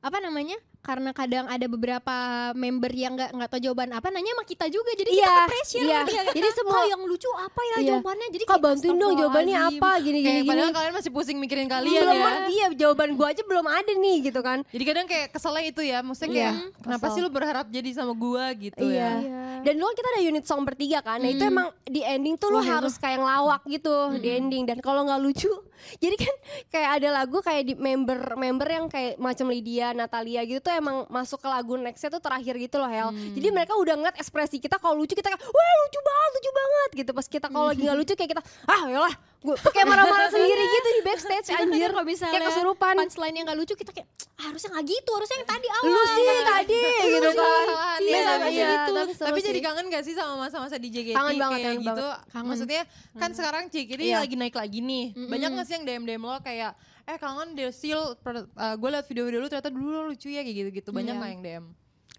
Speaker 4: apa namanya? Karena kadang ada beberapa member yang nggak nggak tahu jawaban apa nanya sama kita juga. Jadi kita
Speaker 2: Iya,
Speaker 4: ke pressure
Speaker 2: iya.
Speaker 4: ngerti nggak kita?
Speaker 2: Jadi semua-
Speaker 4: Kak, yang lucu apa ya
Speaker 2: Iya.
Speaker 4: jawabannya? Jadi
Speaker 2: Kak bantuin dong jawabannya
Speaker 4: astagfirullahaladzim.
Speaker 2: apa gini gini
Speaker 3: Kayak
Speaker 2: gini.
Speaker 3: Eh, padahal kalian masih pusing mikirin kalian
Speaker 2: Belum
Speaker 3: ya.
Speaker 2: iya jawaban gua aja belum ada nih gitu kan.
Speaker 3: Jadi kadang kayak keselnya itu ya, maksudnya
Speaker 2: Iya,
Speaker 3: kayak kenapa
Speaker 2: kesel.
Speaker 3: sih lu berharap jadi sama gua gitu
Speaker 2: Iya.
Speaker 3: ya.
Speaker 2: Dan dulu kan kita ada unit song bertiga kan. Nah, itu
Speaker 4: Hmm.
Speaker 2: emang di ending tuh lu harus kayak ngelawak gitu di ending dan kalau nggak lucu. Jadi kan kayak ada lagu kayak di member-member yang kayak macam Lydia, Natalia gitu tuh emang masuk ke lagu nextnya tuh terakhir gitu loh, Hel.
Speaker 4: Hmm.
Speaker 2: Jadi mereka udah ngeliat ekspresi kita kalau lucu kita kayak wah lucu banget, lucu banget gitu. Pas kita kalau lagi nggak lucu kayak kita ah yalah gue kayak marah-marah sendiri gitu di backstage
Speaker 4: Kita kadang
Speaker 2: anjir
Speaker 4: kalau misalnya
Speaker 2: kayak kesurupan
Speaker 4: punchline yang gak lucu kita kayak "Ah, harusnya nggak gitu harusnya yang tadi awal
Speaker 2: lu sih
Speaker 4: Kayak-
Speaker 2: tadi gitu
Speaker 3: Itu
Speaker 2: kan
Speaker 3: kesalahan
Speaker 2: iya,
Speaker 3: ya, tapi,
Speaker 2: iya,
Speaker 3: gitu.
Speaker 2: tapi seru
Speaker 3: tapi jadi
Speaker 2: sih.
Speaker 3: kangen gak sih sama masa-masa di JKT
Speaker 2: Kangen banget,
Speaker 3: kayak
Speaker 2: kangen
Speaker 3: gitu?
Speaker 2: banget.
Speaker 3: Maksudnya kan sekarang JKT
Speaker 2: Iya.
Speaker 3: lagi naik lagi nih. Banyak gak sih yang DM-DM lo kayak eh kangen The Seal, gue eh, liat video-video lu ternyata dulu lo lucu ya kayak gitu-gitu. Banyak
Speaker 4: Iya.
Speaker 3: gak yang DM?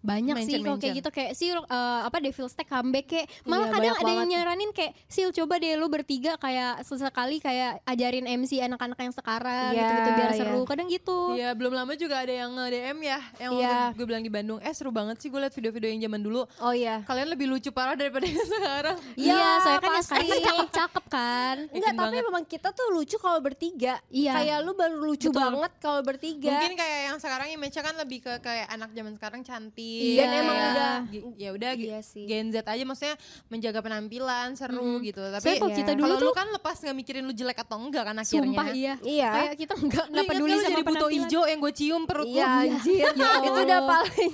Speaker 4: banyak sih
Speaker 3: Mention,
Speaker 4: kalau kayak
Speaker 3: mention.
Speaker 4: gitu kayak sil eh, apa devil stack comeback kayak
Speaker 2: Iya,
Speaker 4: malah kadang
Speaker 2: banyak
Speaker 4: ada yang
Speaker 2: banget.
Speaker 4: nyaranin kayak sil coba deh lu bertiga kayak sesekali kayak ajarin MC anak-anak yang sekarang
Speaker 2: Iya,
Speaker 4: gitu gitu biar
Speaker 2: iya.
Speaker 4: seru kadang gitu
Speaker 3: Iya, belum lama juga ada yang nge-DM ya, yang
Speaker 2: Iya.
Speaker 3: gue bilang di Bandung, eh seru banget sih gue liat video-video yang zaman dulu.
Speaker 2: oh iya
Speaker 3: Kalian lebih lucu parah daripada yang sekarang.
Speaker 4: iya
Speaker 2: Iya,
Speaker 4: saya kan yang
Speaker 2: pasti.
Speaker 4: sekarang kan cakep-cakep kan
Speaker 2: Enggak,
Speaker 3: Yakin
Speaker 2: tapi
Speaker 3: banget.
Speaker 2: memang kita tuh lucu kalau bertiga.
Speaker 4: Iya.
Speaker 2: Kayak lu baru lucu
Speaker 3: Betul.
Speaker 2: banget kalau bertiga.
Speaker 3: Mungkin kayak yang sekarang image-nya kan lebih ke kayak anak zaman sekarang cantik.
Speaker 4: Iya,
Speaker 2: Dan
Speaker 3: kayak
Speaker 2: emang udah-
Speaker 3: gi- ya udah gi-
Speaker 2: Iya sih.
Speaker 3: Gen Z aja maksudnya menjaga penampilan seru gitu. Tapi
Speaker 4: Soalnya kalau kita dulu
Speaker 3: kalau lu
Speaker 4: tuh-
Speaker 3: kan lepas nggak mikirin lu jelek atau enggak kan akhirnya.
Speaker 4: sumpah iya
Speaker 2: Iya.
Speaker 4: kayak kita nggak
Speaker 3: Lu
Speaker 4: nggak
Speaker 3: ingat
Speaker 4: peduli
Speaker 3: nggak lu
Speaker 4: sama
Speaker 3: jadi buto
Speaker 4: penampilan.
Speaker 3: hijau yang gue cium perut
Speaker 2: Iya,
Speaker 3: lu.
Speaker 2: anjir. itu udah paling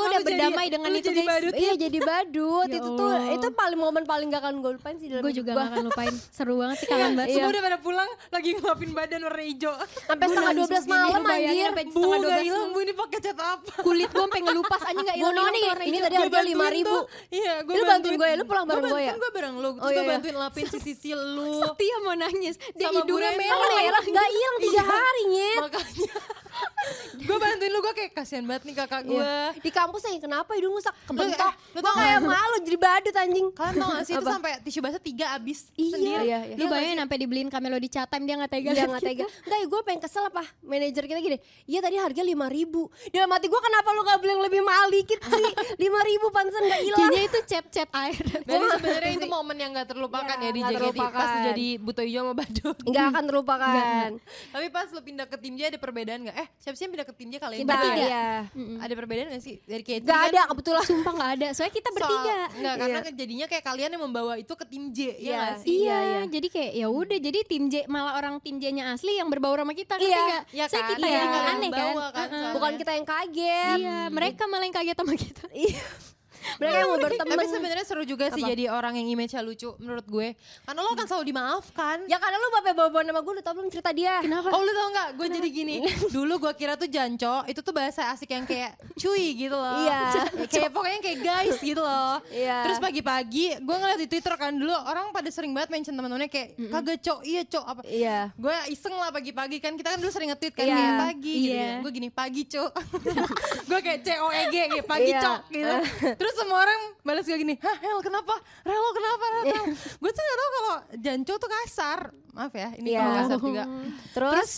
Speaker 3: Sama
Speaker 4: gue udah
Speaker 3: lu jadi-
Speaker 4: berdamai dengan
Speaker 3: lu
Speaker 4: itu
Speaker 3: jadi
Speaker 4: guys
Speaker 3: badut.
Speaker 2: Iya, jadi badut.
Speaker 4: Ya
Speaker 2: itu tuh
Speaker 4: Allah.
Speaker 2: itu paling momen paling gak akan gue lupain sih dalam
Speaker 4: gue
Speaker 2: hidup
Speaker 4: juga
Speaker 2: gua. Iya,
Speaker 4: gak akan lupain seru banget sih kangen banget
Speaker 3: Semua udah pada pulang lagi ngelapin badan warna hijau.
Speaker 2: Sampai setengah 12 malam anjir.
Speaker 3: Bu gak hilang bu ini pakai cat apa?
Speaker 4: kulit gue pengen lupas aja nggak
Speaker 2: Gue
Speaker 4: hilang-hilang
Speaker 2: nih,
Speaker 4: tuh warna
Speaker 2: ini
Speaker 4: hijau.
Speaker 2: tadi
Speaker 3: Gua
Speaker 2: harga
Speaker 3: bantuin
Speaker 2: 5 ribu.
Speaker 3: tuh. Iya, gue
Speaker 2: Lu bantuin gue ya, lu pulang bareng gue ya?
Speaker 3: Gue kan bareng lu, terus
Speaker 2: Oh, iya,
Speaker 3: gue
Speaker 2: iya.
Speaker 3: bantuin lapin sisi-sisi lu.
Speaker 4: setia mau nangis dia
Speaker 3: Sama
Speaker 4: hidungnya
Speaker 3: Bu Reno.
Speaker 4: merah merah
Speaker 2: Gak hilang 3 hari, Nyet.
Speaker 3: Makanya gue bantuin lu gue kayak kasihan banget nih kakak gue.
Speaker 2: Iya. Di kampus aja kenapa hidung rusak? Kebentok.
Speaker 3: lu
Speaker 2: Gue
Speaker 3: tau
Speaker 2: kayak malu jadi badut anjing.
Speaker 3: Kalian tau gak sih itu
Speaker 2: Apa?
Speaker 3: sampai tisu basah tiga abis
Speaker 4: Iya,
Speaker 3: sendiri.
Speaker 2: Iya, iya.
Speaker 4: lu bayangin sampai dibeliin kamelo di Chatham dia nggak tega
Speaker 2: Iya
Speaker 4: lagi.
Speaker 2: gak tega Enggak gue pengen kesel apa Manajer kita gini Iya tadi harga 5 ribu Dalam hati gue kenapa lu gak beli yang lebih mahal dikit sih 5 ribu pantesan gak hilang
Speaker 4: Kayaknya itu cep-cep air.
Speaker 3: Jadi sebenarnya itu momen yang gak terlupakan
Speaker 2: Iya,
Speaker 3: ya di
Speaker 2: nggak
Speaker 3: JKT pas
Speaker 2: terlupakan.
Speaker 3: jadi buto hijau sama badut.
Speaker 2: Gak akan kan? terlupakan
Speaker 3: Tapi pas lu pindah ke tim dia ada perbedaan gak? Eh siapa sih yang pindah ke tim dia kali ini?
Speaker 2: Nah,
Speaker 4: Bertiga.
Speaker 2: iya.
Speaker 3: Ada perbedaan gak sih? Dari kayak
Speaker 2: Gak ada kebetulan
Speaker 4: Sumpah nggak ada. Soalnya kita bertiga.
Speaker 3: Enggak, karena jadinya kayak kalian yang membawa itu ke tim J, ya
Speaker 2: Iya.
Speaker 3: nggak sih?
Speaker 4: Iya,
Speaker 2: Iya, iya.
Speaker 4: jadi kayak ya udah jadi tim J malah orang tim J-nya asli yang berbaur sama kita
Speaker 2: Iya,
Speaker 4: nggak?
Speaker 3: iya
Speaker 4: Soalnya
Speaker 3: kan?
Speaker 4: kita
Speaker 3: Iya.
Speaker 4: yang
Speaker 3: Kalian
Speaker 4: aneh kan.
Speaker 3: bawa kan,
Speaker 4: Heeh.
Speaker 3: soalnya.
Speaker 2: Bukan kita yang kaget
Speaker 4: Iya, mereka malah yang kaget sama kita.
Speaker 2: Iya Mereka yang mau berteman
Speaker 3: Tapi sebenarnya seru juga sih jadi orang yang image-nya lucu menurut gue. Karena lo kan selalu dimaafkan.
Speaker 2: Ya karena lu bapak bawa nama gue Lu tau belum cerita dia
Speaker 4: Kenapa?
Speaker 3: Oh lu tau gak gue jadi gini Dulu gue kira tuh janco Itu tuh bahasa asik yang kayak cuy gitu loh
Speaker 2: Iya.
Speaker 3: Kayak pokoknya kayak guys gitu loh
Speaker 2: Iya.
Speaker 3: Terus pagi-pagi gue ngeliat di twitter kan dulu Orang pada sering banget mention teman-temannya kayak Kagak cok iya cok apa
Speaker 2: Iya
Speaker 3: Gue iseng lah pagi-pagi kan Kita kan dulu sering nge-tweet kan
Speaker 2: Iya.
Speaker 3: kayak pagi gitu
Speaker 4: Iya.
Speaker 3: Gue gini pagi cok Gue kayak COEG kayak pagi
Speaker 2: Iya.
Speaker 3: cok gitu Terus semua orang balas gue gini Hah Hel kenapa? Relo kenapa? Rel,
Speaker 2: Iya.
Speaker 3: kenapa?" Gue tuh gak tau kalau janco tuh kasar Maaf ya ini
Speaker 2: Iya.
Speaker 3: kalau kasar juga
Speaker 2: Terus
Speaker 3: Terus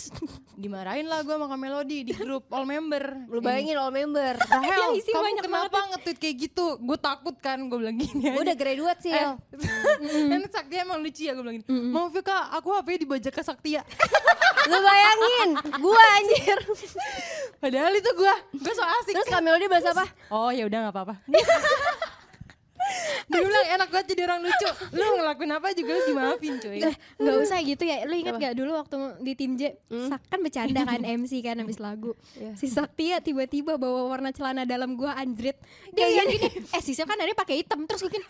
Speaker 3: dimarahin lah gue sama Kak Melody di grup all member.
Speaker 2: Lu bayangin Iya, all member
Speaker 3: Rahel,
Speaker 4: Yang isi
Speaker 3: kamu
Speaker 4: banyak
Speaker 3: kenapa nge-tweet kayak gitu? Gue takut kan, gue bilang gini
Speaker 2: Gue udah graduate sih
Speaker 3: Eh,
Speaker 2: El
Speaker 3: kan Sakti emang lucu ya gue bilang gini Mau Vika, aku HP dibajak ke Sakti ya
Speaker 2: Lu bayangin Gue anjir
Speaker 3: Padahal itu gue, gue so asik
Speaker 2: Terus Kamilo dia bahas apa?
Speaker 3: Oh ya udah gak apa-apa Dia bilang enak banget jadi orang lucu Lu ngelakuin apa juga lu dimaafin cuy
Speaker 4: Gak usah gitu ya, lu inget gak dulu waktu di tim J, Sak kan bercanda kan MC kan habis lagu Si Saktia tiba-tiba bawa warna celana dalam gua anjrit Dia
Speaker 2: Iya,
Speaker 4: yang gini, eh si Sak kan dari pakai hitam Terus gue gini,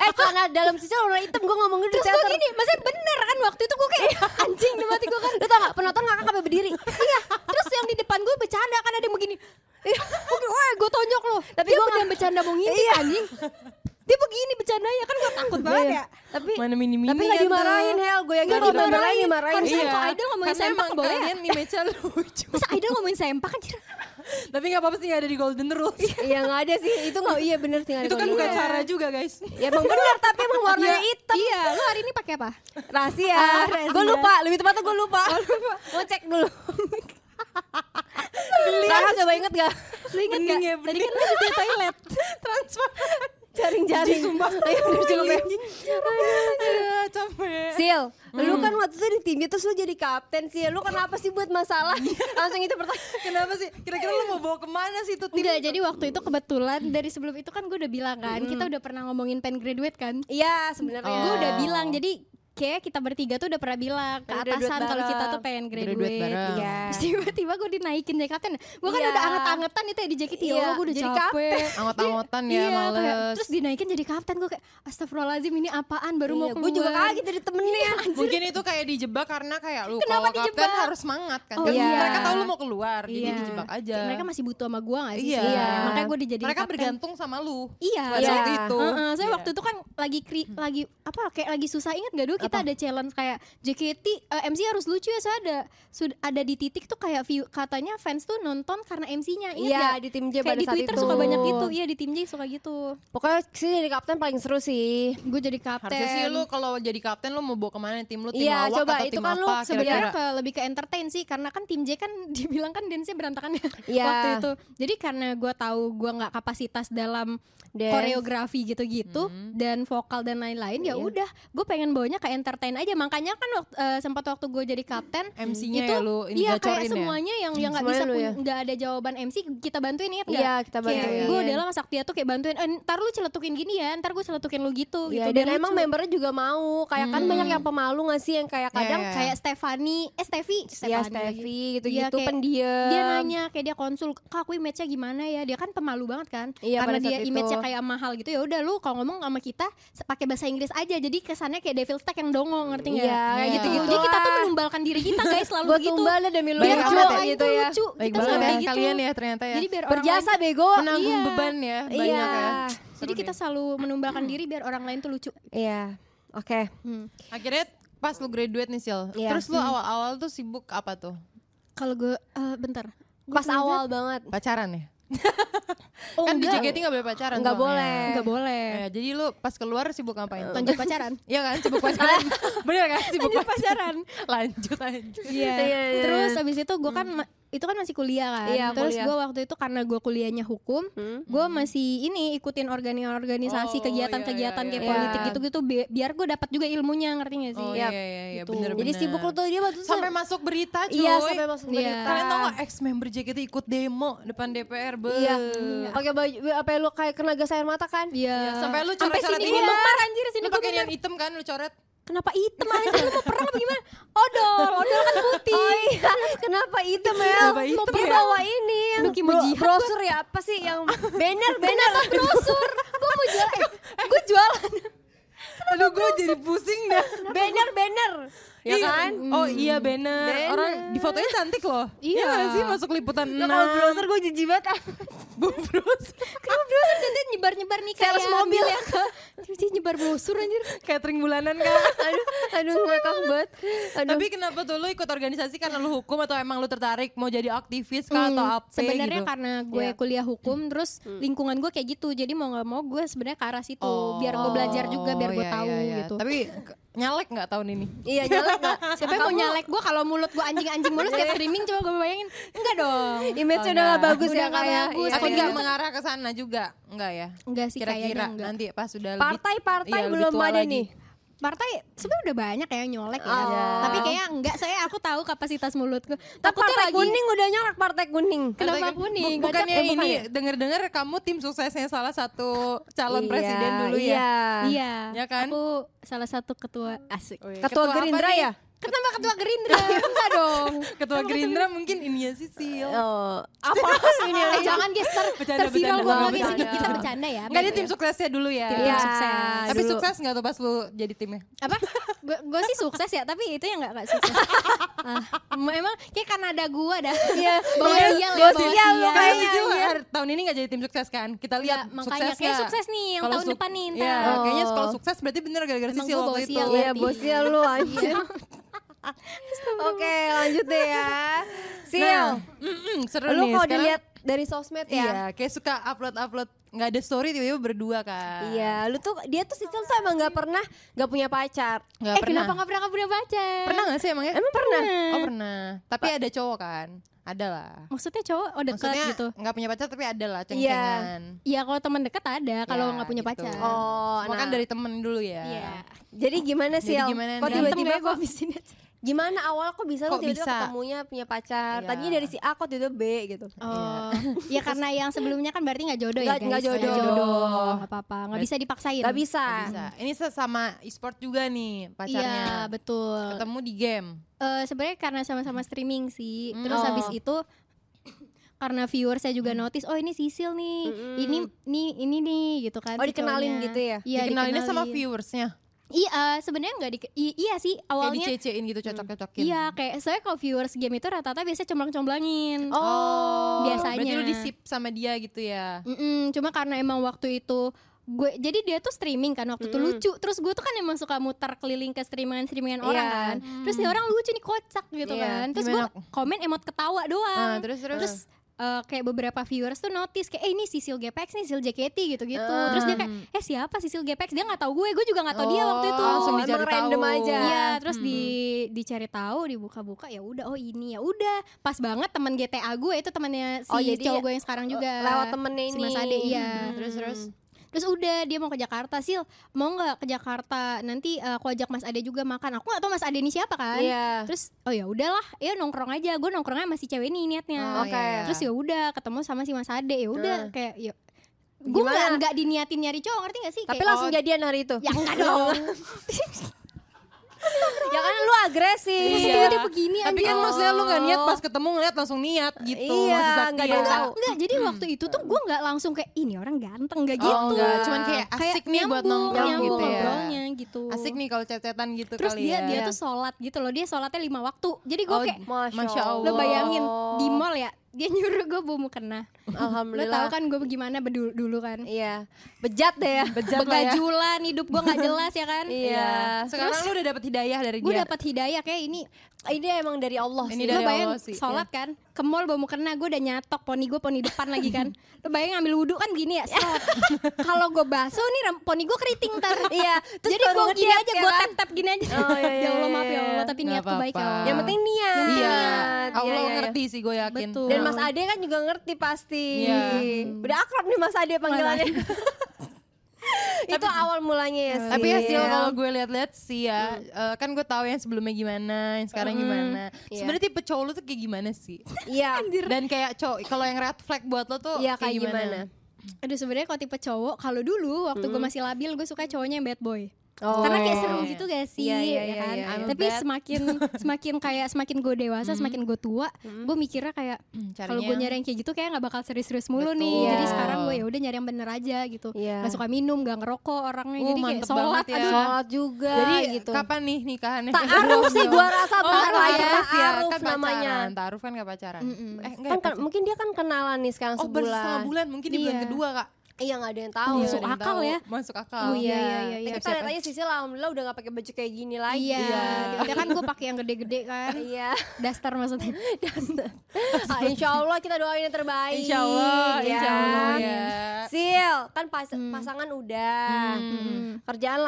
Speaker 2: Eh celana dalam sisa warna hitam Gue ngomong gitu di
Speaker 4: terus gue
Speaker 2: teater Iya.
Speaker 4: gini, maksudnya bener kan waktu itu gue kayak anjing di mati gue kan
Speaker 2: Lu tau gak penonton ngakak sampai berdiri
Speaker 4: Iya, terus yang di depan gue bercanda kan ada yang begini Iya, gue tonjok loh
Speaker 2: Tapi
Speaker 4: Tapi gue
Speaker 2: gua
Speaker 4: bukan
Speaker 2: nggak-
Speaker 4: bercanda mau ngintip
Speaker 2: Iya.
Speaker 4: anjing dia begini bercandanya kan gue takut banget ya Iya,
Speaker 2: Tapi
Speaker 3: Iya. Mana mini-mini
Speaker 2: tapi nggak
Speaker 3: kan,
Speaker 2: dimarahin
Speaker 3: Teh.
Speaker 2: Hel, gue yang
Speaker 4: Nggak
Speaker 2: nggak dimarahin
Speaker 4: dimarahin.
Speaker 2: dimarahin.
Speaker 4: Harusnya
Speaker 2: Iya.
Speaker 4: kok Aida ngomongin
Speaker 3: karena
Speaker 4: sempak
Speaker 3: emang
Speaker 4: boleh ya?
Speaker 3: kalian image-nya lucu.
Speaker 4: masa Aida ngomongin sempak kan jadi-
Speaker 3: Tapi gak apa-apa sih gak ada di golden rules.
Speaker 2: Iya nggak ada sih, itu nggak iya bener sih. nggak ada
Speaker 3: Itu kan
Speaker 2: kondom.
Speaker 3: bukan cara juga guys.
Speaker 2: Ya emang bener, tapi emang warnanya hitam.
Speaker 4: iya lu hari ini pakai apa
Speaker 2: Rahasia.
Speaker 4: Ah,
Speaker 2: gue
Speaker 4: rahasia. Oh,
Speaker 2: lupa, lebih tepatnya gue lupa. Mau cek dulu. Rahas coba inget gak?
Speaker 4: lu inget
Speaker 3: Bening
Speaker 4: gak
Speaker 3: ya,
Speaker 4: tadi kan
Speaker 3: bening.
Speaker 4: lu habis dari toilet transfer
Speaker 2: Jaring-jaring.
Speaker 3: Sumpah.
Speaker 2: Ayo bener juga.
Speaker 3: Aduh, capek.
Speaker 2: Sil,
Speaker 3: Hmm.
Speaker 2: lu kan waktu itu di timnya terus lu jadi kapten sih. Lu kenapa sih buat masalah?
Speaker 4: Iya.
Speaker 2: Langsung itu pertanyaan.
Speaker 3: Kenapa sih? Kira-kira lu mau bawa kemana sih itu tim?
Speaker 4: Enggak, jadi waktu itu kebetulan dari sebelum itu kan gue udah bilang kan, kita udah pernah ngomongin pen graduate kan.
Speaker 2: Iya Oh. sebenarnya.
Speaker 3: Oh.
Speaker 4: Gue udah bilang, jadi kayak kita bertiga tuh udah pernah bilang ke
Speaker 2: Pengen graduate
Speaker 4: atasan kalau
Speaker 2: bareng.
Speaker 4: kita tuh pengen
Speaker 3: Graduate
Speaker 4: graduate.
Speaker 3: bareng.
Speaker 4: Iya. Terus tiba-tiba gue dinaikin jadi kapten. Gue kan
Speaker 2: Iya.
Speaker 4: udah anget-angetan itu ya di jaket ya,
Speaker 2: Iya,
Speaker 4: Allah, gue udah
Speaker 2: jadi
Speaker 4: capek.
Speaker 2: kapten.
Speaker 3: Angot-angotan ya,
Speaker 4: Iya, kayak- terus dinaikin jadi kapten gue kayak astagfirullahaladzim ini apaan baru mau keluar.
Speaker 2: Gue Iya, juga kaget jadi temennya.
Speaker 3: Mungkin itu kayak dijebak karena kayak lu
Speaker 4: Kenapa
Speaker 3: kalau kapten
Speaker 4: dijebak?
Speaker 3: harus semangat kan.
Speaker 4: Oh,
Speaker 3: Kan
Speaker 4: iya.
Speaker 3: Mereka tahu lu mau keluar, jadi
Speaker 4: Iya.
Speaker 3: dijebak aja.
Speaker 4: Mereka masih butuh sama gue gak sih?
Speaker 3: Iya.
Speaker 4: sebenarnya? Makanya gue dijadiin
Speaker 3: Mereka
Speaker 4: kapten.
Speaker 3: bergantung sama lu.
Speaker 4: Iya.
Speaker 2: Iya.
Speaker 3: Pada
Speaker 2: Hmm.
Speaker 3: saat itu.
Speaker 4: Heeh, saya
Speaker 3: Iya.
Speaker 4: waktu itu kan lagi kri, lagi apa kayak lagi susah ingat gak dulu kita ada challenge kayak JKT eh, MC harus lucu ya saya ada sud- ada di titik tuh kayak view katanya fans tuh nonton karena MC-nya ingat
Speaker 2: Iya
Speaker 4: gak?
Speaker 2: di tim J
Speaker 4: kayak
Speaker 2: pada
Speaker 4: di
Speaker 2: saat
Speaker 4: Twitter
Speaker 2: itu.
Speaker 4: suka banyak gitu iya di tim J suka gitu
Speaker 2: Pokoknya sih jadi kapten paling seru sih.
Speaker 4: gue jadi kapten
Speaker 3: Harusnya sih lu kalau jadi kapten lu mau bawa kemana tim lu tim
Speaker 2: Iya,
Speaker 3: lawak
Speaker 2: coba,
Speaker 3: atau
Speaker 2: itu
Speaker 3: tim
Speaker 2: kan lu
Speaker 3: apa
Speaker 4: sebenarnya
Speaker 3: kira-kira.
Speaker 4: ke, lebih ke entertain sih karena kan tim J kan dibilang kan dance-nya berantakan ya
Speaker 2: Iya.
Speaker 4: waktu itu jadi karena gue tahu gue nggak kapasitas dalam
Speaker 2: Dance. Iya.
Speaker 4: koreografi gitu-gitu
Speaker 3: Hmm.
Speaker 4: dan vokal dan lain-lain ya udah gue pengen bawanya ke entertain aja makanya kan waktu, eh, sempat waktu gue jadi kapten
Speaker 3: MC-nya
Speaker 4: itu
Speaker 3: ya lu ini
Speaker 4: iya
Speaker 3: bocorin
Speaker 4: kayak semuanya yang yang nggak
Speaker 2: Semuanya
Speaker 4: bisa
Speaker 2: lu
Speaker 4: pun-
Speaker 2: ya?
Speaker 4: nggak ada jawaban MC kita bantuin ingat nggak
Speaker 2: Iya, kita bantuin.
Speaker 4: gue udah lama sakti tuh kayak bantuin eh, ntar lu celetukin gini ya ntar gue celetukin lu gitu
Speaker 2: Iya,
Speaker 4: gitu
Speaker 2: dan
Speaker 4: biar
Speaker 2: emang
Speaker 4: lucu. Hmm.
Speaker 2: membernya juga mau. Kayak kan banyak yang pemalu gak sih yang kayak kadang
Speaker 4: kadang
Speaker 3: Iya.
Speaker 4: kayak Stefani eh Stevi
Speaker 2: ya
Speaker 4: Stefani lagi.
Speaker 2: Steffi gitu-gitu
Speaker 4: Iya, kayak
Speaker 2: pendiam.
Speaker 4: dia nanya ya. kayak dia konsul kak aku image-nya gimana ya dia kan pemalu banget kan
Speaker 2: Iya,
Speaker 4: karena
Speaker 2: pada saat
Speaker 4: dia
Speaker 2: itu.
Speaker 4: image-nya kayak mahal gitu ya udah lu kalau ngomong sama kita se- pakai bahasa Inggris aja jadi kesannya kayak devil stack yang dongong ngerti nggak
Speaker 2: Iya, kayak
Speaker 4: Iya.
Speaker 2: gitu-gitu
Speaker 4: jadi kita tuh
Speaker 2: lah.
Speaker 4: menumbalkan diri kita guys selalu
Speaker 2: Gua
Speaker 4: begitu
Speaker 2: tumbal deh demi lu
Speaker 4: biar
Speaker 3: Baik
Speaker 4: orang
Speaker 3: amat ya,
Speaker 4: lain
Speaker 2: gitu
Speaker 4: tuh
Speaker 2: ya. Iya.
Speaker 4: lucu
Speaker 3: Baik
Speaker 4: kita
Speaker 3: banget
Speaker 4: selalu
Speaker 3: ya
Speaker 4: kayak gitu
Speaker 3: kalian ya ternyata ya.
Speaker 4: jadi biar orang
Speaker 2: Berjasa
Speaker 4: lain,
Speaker 2: bego.
Speaker 3: Menanggung
Speaker 4: Iya.
Speaker 3: beban ya
Speaker 2: Iya.
Speaker 3: banyak ya.
Speaker 4: jadi kita selalu menumbalkan diri biar orang lain tuh lucu
Speaker 2: Iya. Oke.
Speaker 3: akhirnya pas lu graduate nih Sil.
Speaker 2: Iya.
Speaker 3: Terus lu
Speaker 4: Hmm.
Speaker 3: awal-awal tuh sibuk apa tuh?
Speaker 4: kalau gue eh, bentar Gua
Speaker 2: Pas
Speaker 4: ngeliat-
Speaker 2: awal banget.
Speaker 3: Pacaran ya?
Speaker 4: oh,
Speaker 3: kan di
Speaker 4: enggak.
Speaker 3: JKT gak boleh pacaran
Speaker 2: Nggak
Speaker 3: soalnya.
Speaker 2: boleh.
Speaker 4: Nggak boleh
Speaker 3: Eh, jadi lu pas keluar sibuk
Speaker 2: Eh.
Speaker 3: ngapain?
Speaker 4: lanjut pacaran
Speaker 3: Iya kan sibuk pacaran. Bener kan sibuk
Speaker 4: Lanjut
Speaker 3: pacaran. lanjut lanjut.
Speaker 4: Iya.
Speaker 2: Iya, iya, Hmm.
Speaker 4: Terus habis itu gue kan ma- itu kan masih kuliah kan.
Speaker 2: Iya,
Speaker 4: Terus
Speaker 2: kuliah.
Speaker 4: gue waktu itu karena gue kuliahnya hukum,
Speaker 2: Hmm.
Speaker 4: gue masih ini ikutin organi- organisasi
Speaker 3: Oh,
Speaker 4: kegiatan-kegiatan
Speaker 3: iya, iya,
Speaker 4: kayak
Speaker 2: iya.
Speaker 4: politik gitu-gitu bi- biar gue dapat juga ilmunya ngerti gak sih?
Speaker 3: Oh
Speaker 2: Iya.
Speaker 3: iya iya iya
Speaker 4: Gitu.
Speaker 3: bener
Speaker 2: Jadi
Speaker 3: bener.
Speaker 2: sibuk lu tuh dia waktu itu
Speaker 3: sampai masuk berita cuy.
Speaker 2: Iya, sampai masuk
Speaker 4: Iya.
Speaker 2: berita.
Speaker 3: Kalian tau gak ex member JKT ikut demo depan DPR be.
Speaker 2: Iya. Pakai baju apa ya, lu kayak kena gas air mata kan? iya.
Speaker 4: Iya.
Speaker 3: Iya, sampai lu
Speaker 4: sampai
Speaker 3: coret-coret
Speaker 4: sini
Speaker 3: ini
Speaker 4: gue
Speaker 3: ya.
Speaker 4: bongkar anjir sini
Speaker 3: Lu
Speaker 4: gue
Speaker 3: pakai yang hitam kan lu coret.
Speaker 4: Kenapa hitam anjir lu mau perang apa gimana? Odol, odol kan putih.
Speaker 2: Oh iya, kenapa hitam Mel?
Speaker 3: Kenapa hitam
Speaker 2: Dia
Speaker 3: ya?
Speaker 2: bawa ini yang
Speaker 4: Lu kimo
Speaker 2: bro-
Speaker 4: jihad
Speaker 2: brosur ya apa sih yang banner banner
Speaker 4: Brosur, gue mau jualan,
Speaker 2: eh,
Speaker 4: gue jualan.
Speaker 3: Aduh gue jadi pusing dah.
Speaker 2: banner banner ya
Speaker 3: Iya.
Speaker 2: kan?
Speaker 3: Oh iya bener.
Speaker 2: Bener.
Speaker 3: Orang di fotonya cantik loh.
Speaker 4: Iya.
Speaker 3: nggak sih masuk liputan
Speaker 2: Nah,
Speaker 3: 6.
Speaker 2: kalau browser gue jijik banget. ah.
Speaker 4: Kenapa brosur nanti nyebar-nyebar nih kayak
Speaker 2: Sales mobil.
Speaker 4: ya? Jadi nyebar brosur anjir.
Speaker 3: Catering bulanan kan.
Speaker 2: aduh, aduh ngakak banget. Aduh.
Speaker 3: Tapi kenapa tuh lu ikut organisasi karena lu hukum atau emang lu tertarik mau jadi aktivis kah
Speaker 4: Hmm,
Speaker 3: atau apa gitu?
Speaker 4: sebenarnya
Speaker 3: Mm.
Speaker 4: karena gue
Speaker 2: Iya.
Speaker 4: kuliah hukum terus lingkungan gue kayak gitu jadi mau nggak mau gue sebenarnya ke arah situ biar gue
Speaker 3: Oh,
Speaker 4: belajar juga biar gue
Speaker 3: iya,
Speaker 4: tahu
Speaker 3: iya, iya.
Speaker 4: gitu
Speaker 3: Tapi ke- nyalek nggak tahun ini?
Speaker 2: iya jalan nggak?
Speaker 4: siapa yang mau nyalek gue kalau mulut gue anjing-anjing mulu setiap streaming coba gue bayangin enggak dong
Speaker 2: Image
Speaker 3: Oh,
Speaker 2: udah
Speaker 3: enggak.
Speaker 2: gak bagus
Speaker 4: Udah
Speaker 2: ya
Speaker 4: nggak
Speaker 2: kayak.
Speaker 4: bagus.
Speaker 2: iya.
Speaker 3: Tapi
Speaker 4: Iya.
Speaker 3: nggak mengarah ke sana juga, nggak ya?
Speaker 4: enggak sih kayaknya
Speaker 3: Kira-kira
Speaker 4: enggak
Speaker 3: nanti pas sudah lebih
Speaker 2: Partai-partai
Speaker 3: iya, lebih
Speaker 2: belum
Speaker 3: tua
Speaker 2: ada
Speaker 3: lagi.
Speaker 2: nih.
Speaker 4: partai sebenarnya udah banyak ya yang nyolek ya
Speaker 2: Oh.
Speaker 4: tapi kayaknya enggak saya aku tahu kapasitas mulut gue
Speaker 2: Tapi
Speaker 4: takutnya
Speaker 2: partai
Speaker 4: lagi
Speaker 2: kuning udah nyorok partai kuning.
Speaker 4: Kenapa
Speaker 3: Partai-
Speaker 4: kuning?
Speaker 3: Bu- Bukannya
Speaker 2: Gajah- eh, bukan
Speaker 3: ini
Speaker 2: ya?
Speaker 3: denger-dengar kamu tim suksesnya salah satu
Speaker 2: Iya,
Speaker 3: calon presiden dulu ya?
Speaker 2: iya.
Speaker 4: iya
Speaker 3: Ya kan?
Speaker 4: aku salah satu ketua asik
Speaker 3: Oh, iya.
Speaker 2: Ketua
Speaker 3: apa
Speaker 2: Gerindra
Speaker 3: nih?
Speaker 2: ya?
Speaker 4: kenapa ketua gerindra enggak dong
Speaker 3: Ketua Gerindra mungkin ininya sih Sil.
Speaker 2: Oh, apa sih ini?
Speaker 4: Eh, jangan guys ter
Speaker 3: Bercanda, bercanda,
Speaker 4: terviral gue
Speaker 2: bercanda,
Speaker 4: lagi
Speaker 2: bercanda.
Speaker 4: kita bercanda ya
Speaker 3: Enggak dia
Speaker 4: Bang.
Speaker 3: tim suksesnya dulu ya.
Speaker 4: Tim
Speaker 2: Iya.
Speaker 4: sukses.
Speaker 3: Tapi
Speaker 2: dulu.
Speaker 3: sukses nggak tuh pas lu jadi timnya?
Speaker 4: apa gue sih sukses ya tapi itu yang nggak nggak sukses Ah, emang kayak karena ada gue dah
Speaker 2: Iya,
Speaker 4: bawa
Speaker 2: iya,
Speaker 4: sial ya
Speaker 2: bawa
Speaker 4: bawa
Speaker 2: sial
Speaker 4: sial
Speaker 2: lo
Speaker 3: Karena
Speaker 2: Kayaknya.
Speaker 3: jujur, har- tahun ini gak jadi tim sukses kan? Kita
Speaker 4: ya,
Speaker 3: lihat
Speaker 4: makanya
Speaker 3: sukses
Speaker 4: kayak
Speaker 3: nggak.
Speaker 4: sukses nih yang
Speaker 3: Kalau
Speaker 4: tahun
Speaker 3: suk-
Speaker 4: depan nih ntar.
Speaker 3: Iya,
Speaker 2: Oh.
Speaker 3: kayaknya kalau sukses berarti bener gara-gara
Speaker 4: Emang
Speaker 3: sisil
Speaker 4: gua bawa
Speaker 3: waktu itu.
Speaker 4: sial
Speaker 2: Iya
Speaker 4: berarti.
Speaker 2: bosnya lu anjir. Oke lanjut deh ya. Sil,
Speaker 3: Nah, mm-mm, seru
Speaker 2: lu
Speaker 3: nih.
Speaker 2: kalau
Speaker 3: Sekarang-
Speaker 2: dilihat dari sosmed
Speaker 3: Iya,
Speaker 2: ya.
Speaker 3: kayak suka upload-upload nggak ada story tiba-tiba berdua kan.
Speaker 2: Iya, lu tuh dia tuh Sisil tuh emang nggak pernah nggak punya pacar.
Speaker 3: Nggak
Speaker 4: eh
Speaker 3: pernah.
Speaker 4: kenapa nggak pernah punya pacar
Speaker 3: Pernah gak sih emangnya?
Speaker 2: Emang pernah?
Speaker 3: Oh pernah. Tapi ada cowok kan? Ada lah.
Speaker 4: maksudnya cowok oh dekat
Speaker 3: Maksudnya
Speaker 4: gitu
Speaker 3: nggak punya pacar tapi ada lah ceng-cengan.
Speaker 4: Iya kalau teman dekat ada kalau
Speaker 3: Ya,
Speaker 4: nggak punya
Speaker 3: gitu.
Speaker 4: pacar
Speaker 2: Oh,
Speaker 3: Semua kan
Speaker 2: nah.
Speaker 3: dari temen dulu ya.
Speaker 4: Iya.
Speaker 2: Jadi gimana sih?
Speaker 3: Jadi gimana
Speaker 2: Kok
Speaker 3: nih?
Speaker 4: Berantem
Speaker 2: tiba-tiba
Speaker 4: kayak gue abis ini aja.
Speaker 2: gimana awal kok bisa lu
Speaker 3: Kok
Speaker 2: tiba-tiba
Speaker 3: bisa?
Speaker 2: ketemunya punya pacar?
Speaker 3: Iya.
Speaker 2: Tadinya dari si A kok tiba-tiba B gitu.
Speaker 4: Oh, ya karena yang sebelumnya kan berarti nggak jodoh
Speaker 2: Nggak-
Speaker 4: ya guys.
Speaker 2: nggak jodoh.
Speaker 4: Nggak apa-apa, nggak bisa dipaksain.
Speaker 2: Gak bisa. Oh,
Speaker 3: Nggak Bisa. Ini sesama e-sport juga nih
Speaker 4: Iya
Speaker 3: pacarnya.
Speaker 4: betul.
Speaker 3: Ketemu di game.
Speaker 4: Eh Sebenarnya karena sama-sama streaming sih.
Speaker 3: Hmm.
Speaker 4: Terus
Speaker 2: Oh.
Speaker 4: habis itu karena viewers saya juga notice, oh ini Sisil nih,
Speaker 2: Mm-mm.
Speaker 4: ini ini ini nih gitu kan.
Speaker 2: Hmm. Oh,
Speaker 4: si
Speaker 2: dikenalin
Speaker 4: cowoknya.
Speaker 2: gitu ya?
Speaker 4: Iya
Speaker 3: Dikenalinnya sama
Speaker 4: dikenalin.
Speaker 3: viewersnya.
Speaker 4: Iya eh, sebenarnya nggak di, i- iya sih
Speaker 3: Kayak
Speaker 4: awalnya.
Speaker 3: dicecein gitu cocok-cocokin.
Speaker 4: Iya kayak soalnya kalau viewers game itu rata-rata biasanya comblong-comblangin.
Speaker 3: Oh,
Speaker 4: biasanya.
Speaker 3: Berarti lu disip sama dia gitu ya.
Speaker 4: Mm-mm, cuma karena emang waktu itu gue jadi dia tuh streaming kan waktu itu
Speaker 2: Mm-mm.
Speaker 4: lucu terus gue tuh kan emang suka muter keliling ke streamingan streamingan orang
Speaker 2: Iya.
Speaker 4: kan terus nih orang lucu nih kocak gitu
Speaker 2: Iya. Ah,
Speaker 4: kan terus gue
Speaker 3: Gimana?
Speaker 4: komen emot ketawa
Speaker 3: Nah,
Speaker 4: doang
Speaker 3: terus terus.
Speaker 4: terus eh, kayak beberapa viewers tuh notice kayak eh ini Sisil GPX nih Sisil JKT gitu gitu
Speaker 2: Ah.
Speaker 4: terus dia kayak eh siapa Sisil GPX dia nggak tahu gue gue juga nggak tahu dia waktu itu
Speaker 2: Oh,
Speaker 3: langsung
Speaker 2: emang
Speaker 3: dicari
Speaker 2: random
Speaker 3: tahu.
Speaker 2: aja.
Speaker 4: Iya, terus di
Speaker 2: Hmm.
Speaker 4: dicari tahu, dibuka-buka ya udah oh ini ya udah. Pas banget teman GTA gue itu temannya si
Speaker 2: Oh, jadi
Speaker 4: cowok
Speaker 2: ya-
Speaker 4: gue yang sekarang juga.
Speaker 2: lewat temennya
Speaker 4: si
Speaker 2: ini.
Speaker 4: Mas Ade, iya.
Speaker 2: Hmm.
Speaker 3: Terus terus.
Speaker 4: Terus udah dia mau ke Jakarta, Sil. Mau nggak ke Jakarta? Nanti eh, aku ajak Mas Ade juga makan. Aku nggak tahu Mas Ade ini siapa
Speaker 3: Ah.
Speaker 4: kan.
Speaker 2: Iya.
Speaker 4: Terus oh ya udahlah, ya nongkrong aja. Gue nongkrongnya sama si cewek ini
Speaker 2: Oh,
Speaker 4: niatnya.
Speaker 2: Oke. iya.
Speaker 4: Terus ya udah ketemu sama si Mas Ade. Ya
Speaker 2: Nah.
Speaker 4: udah kayak ya gue
Speaker 2: Gimana?
Speaker 4: nggak nggak diniatin nyari cowok ngerti gak sih
Speaker 2: Tapi
Speaker 4: Kayak,
Speaker 2: langsung
Speaker 4: oh,
Speaker 2: jadian hari itu.
Speaker 4: ya enggak dong
Speaker 3: Iya.
Speaker 2: ya kan lu agresif.
Speaker 4: Terus
Speaker 3: Iya.
Speaker 4: tiba-tiba begini
Speaker 3: Tapi kan
Speaker 4: anjing.
Speaker 3: maksudnya lu gak niat pas ketemu ngeliat langsung niat gitu.
Speaker 2: Iya,
Speaker 3: maksud Sakti
Speaker 2: nggak ada
Speaker 3: ya.
Speaker 2: yang
Speaker 4: enggak,
Speaker 2: tahu.
Speaker 4: enggak jadi waktu itu tuh gue nggak langsung kayak ini orang ganteng nggak gitu
Speaker 3: Oh enggak, cuman kayak
Speaker 4: Kayak
Speaker 3: asik nih buat
Speaker 4: nyambung,
Speaker 3: nongkrong
Speaker 4: nyambung
Speaker 3: gitu ya.
Speaker 4: ngobrolnya gitu
Speaker 3: Asik nih kalau cetetan gitu
Speaker 4: terus
Speaker 3: kali ya.
Speaker 4: dia dia tuh sholat gitu loh dia sholatnya lima waktu jadi gue
Speaker 3: Oh,
Speaker 4: kayak
Speaker 3: Masya
Speaker 4: lo
Speaker 3: Allah.
Speaker 4: bayangin di mall ya dia nyuruh gue bawa mukena lo
Speaker 2: Alhamdulillah.
Speaker 4: tau kan gue gimana bedul- dulu kan
Speaker 2: Iya. Bejat deh ya.
Speaker 3: Bejat lah ya.
Speaker 4: begajulan hidup gue nggak jelas ya kan
Speaker 2: Iya.
Speaker 3: Sekarang lu udah dapet hidayah dari
Speaker 4: gue
Speaker 3: dia.
Speaker 4: dapat hidayah kayak ini
Speaker 2: Ini emang dari Allah
Speaker 3: Ini
Speaker 2: sih. iya.
Speaker 3: dari
Speaker 4: lo bayang
Speaker 3: Allah sih,
Speaker 4: sholat kan ke mall bawa mukena gue udah nyatok poni gue poni depan lagi kan lo bayang ngambil wudhu kan gini ya set. kalau gue basuh nih ram- poni gue keriting ntar
Speaker 2: Iya. Terus
Speaker 4: jadi
Speaker 2: kalau
Speaker 4: gue gini
Speaker 2: ngedate
Speaker 4: aja
Speaker 2: ya
Speaker 4: gue
Speaker 2: kan?
Speaker 4: tap tap gini aja
Speaker 2: Oh, iya, iya,
Speaker 4: ya allah
Speaker 2: iya,
Speaker 4: maaf ya
Speaker 2: iya.
Speaker 4: allah tapi
Speaker 3: Nggak
Speaker 4: niatku baik ya allah
Speaker 3: apa-apa.
Speaker 2: Yang penting niat.
Speaker 3: Iya.
Speaker 2: Iya,
Speaker 3: Allah
Speaker 2: iya, iya.
Speaker 3: ngerti sih gue yakin.
Speaker 4: Betul.
Speaker 2: Dan Mas Ade kan juga ngerti pasti.
Speaker 3: Iya.
Speaker 2: Udah akrab nih Mas Ade panggilannya. itu awal mulanya ya sih.
Speaker 3: Tapi hasil kalau gue lihat-lihat sih ya, eh, kan gue tahu yang sebelumnya gimana, yang sekarang gimana.
Speaker 2: Iya.
Speaker 3: Sebenarnya tipe cowok lu tuh kayak gimana sih?
Speaker 2: Iya.
Speaker 3: Dan kayak cowok, kalau yang red flag buat lo tuh
Speaker 2: Iya
Speaker 3: kayak gimana?
Speaker 4: aduh sebenarnya kalau tipe cowok kalau dulu waktu
Speaker 2: Hmm.
Speaker 4: gue masih labil gue suka cowoknya yang bad boy
Speaker 2: Oh.
Speaker 4: Karena kayak seru
Speaker 3: Iya.
Speaker 4: gitu gak sih,
Speaker 2: Iya, iya,
Speaker 4: ya
Speaker 2: iya,
Speaker 4: kan?
Speaker 2: iya,
Speaker 3: iya.
Speaker 4: Tapi
Speaker 3: I'm bad.
Speaker 4: semakin semakin kayak semakin gue dewasa, semakin gue tua,
Speaker 2: Hmm.
Speaker 4: gue mikirnya kayak
Speaker 3: Hmm,
Speaker 4: kalau
Speaker 3: caranya-
Speaker 4: gue nyari yang kayak gitu kayak nggak bakal serius-serius mulu
Speaker 3: Betul.
Speaker 4: nih. Jadi
Speaker 2: Iya.
Speaker 4: sekarang gue ya udah nyari yang bener aja gitu.
Speaker 2: Iya.
Speaker 4: Gak suka minum, gak ngerokok orangnya.
Speaker 3: Uh,
Speaker 4: Jadi kayak
Speaker 3: mantep
Speaker 4: sholat.
Speaker 3: banget ya.
Speaker 4: aduh.
Speaker 2: Sholat juga
Speaker 3: Jadi
Speaker 2: gitu.
Speaker 3: kapan nih nikahannya?
Speaker 2: Ta'aruf sih gua rasa
Speaker 3: Oh,
Speaker 2: ta'aruf ya,
Speaker 3: ta'aruf ya,
Speaker 2: ta'aruf
Speaker 3: kan
Speaker 2: namanya.
Speaker 3: pacaran. Ta'aruf kan gak pacaran.
Speaker 4: Mm-mm.
Speaker 3: Eh enggak
Speaker 2: Kan,
Speaker 3: ya,
Speaker 2: kan mungkin dia kan kenalan nih sekarang
Speaker 3: Oh baru setengah
Speaker 2: sebulan.
Speaker 3: bulan mungkin di bulan
Speaker 4: Iya.
Speaker 3: kedua kak.
Speaker 2: Iya nggak ada yang tahu.
Speaker 4: Iya, Masuk
Speaker 3: Ada yang
Speaker 4: akal
Speaker 3: tahu.
Speaker 4: ya.
Speaker 3: Masuk akal.
Speaker 4: Oh, iya, iya, iya, iya.
Speaker 2: Tapi kan lihat aja Sisil alhamdulillah udah gak pakai baju kayak gini lagi.
Speaker 4: Iya. Ya kan gue pakai yang gede-gede kan.
Speaker 2: Iya.
Speaker 4: Daster maksudnya.
Speaker 2: Ah, insya Allah kita doain yang terbaik.
Speaker 3: Insya Allah,
Speaker 2: ya.
Speaker 3: insya Allah ya. Mm.
Speaker 2: Sil, kan pas- pasangan udah.
Speaker 3: Hmm.
Speaker 4: Hmm.
Speaker 2: Kerjaan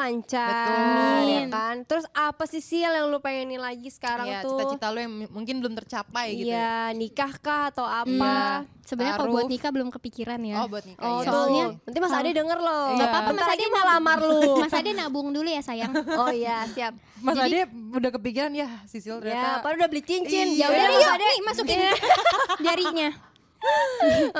Speaker 2: lancar, ya
Speaker 4: Amin.
Speaker 2: kan. Terus apa sih Sil yang lu pengenin lagi sekarang
Speaker 3: Iya,
Speaker 2: tuh?
Speaker 3: cita-cita lu yang m- mungkin belum tercapai gitu. ya.
Speaker 2: Iya, nikah kah atau
Speaker 3: Iya.
Speaker 2: apa?
Speaker 4: Sebenarnya kalau buat
Speaker 3: Ta'aruf.
Speaker 4: nikah belum kepikiran ya.
Speaker 3: Oh buat nikah.
Speaker 2: Oh,
Speaker 3: iya.
Speaker 4: Soalnya-
Speaker 2: tuh. nanti Mas Ade denger loh.
Speaker 3: Nggak apa-apa,
Speaker 2: Bentar
Speaker 4: Mas
Speaker 2: lagi
Speaker 4: Ade
Speaker 2: mau lamar lu.
Speaker 4: Mas Ade nabung dulu ya sayang.
Speaker 2: Oh iya, siap.
Speaker 3: Mas Ade udah kepikiran ya Sisil
Speaker 2: Ya,
Speaker 4: Iya,
Speaker 3: ternyata. Iya.
Speaker 2: padahal udah beli cincin.
Speaker 4: Ya udah
Speaker 2: Yaudah,
Speaker 4: nih,
Speaker 2: Mas
Speaker 4: yuk,
Speaker 2: Ade.
Speaker 4: nih masukin jarinya.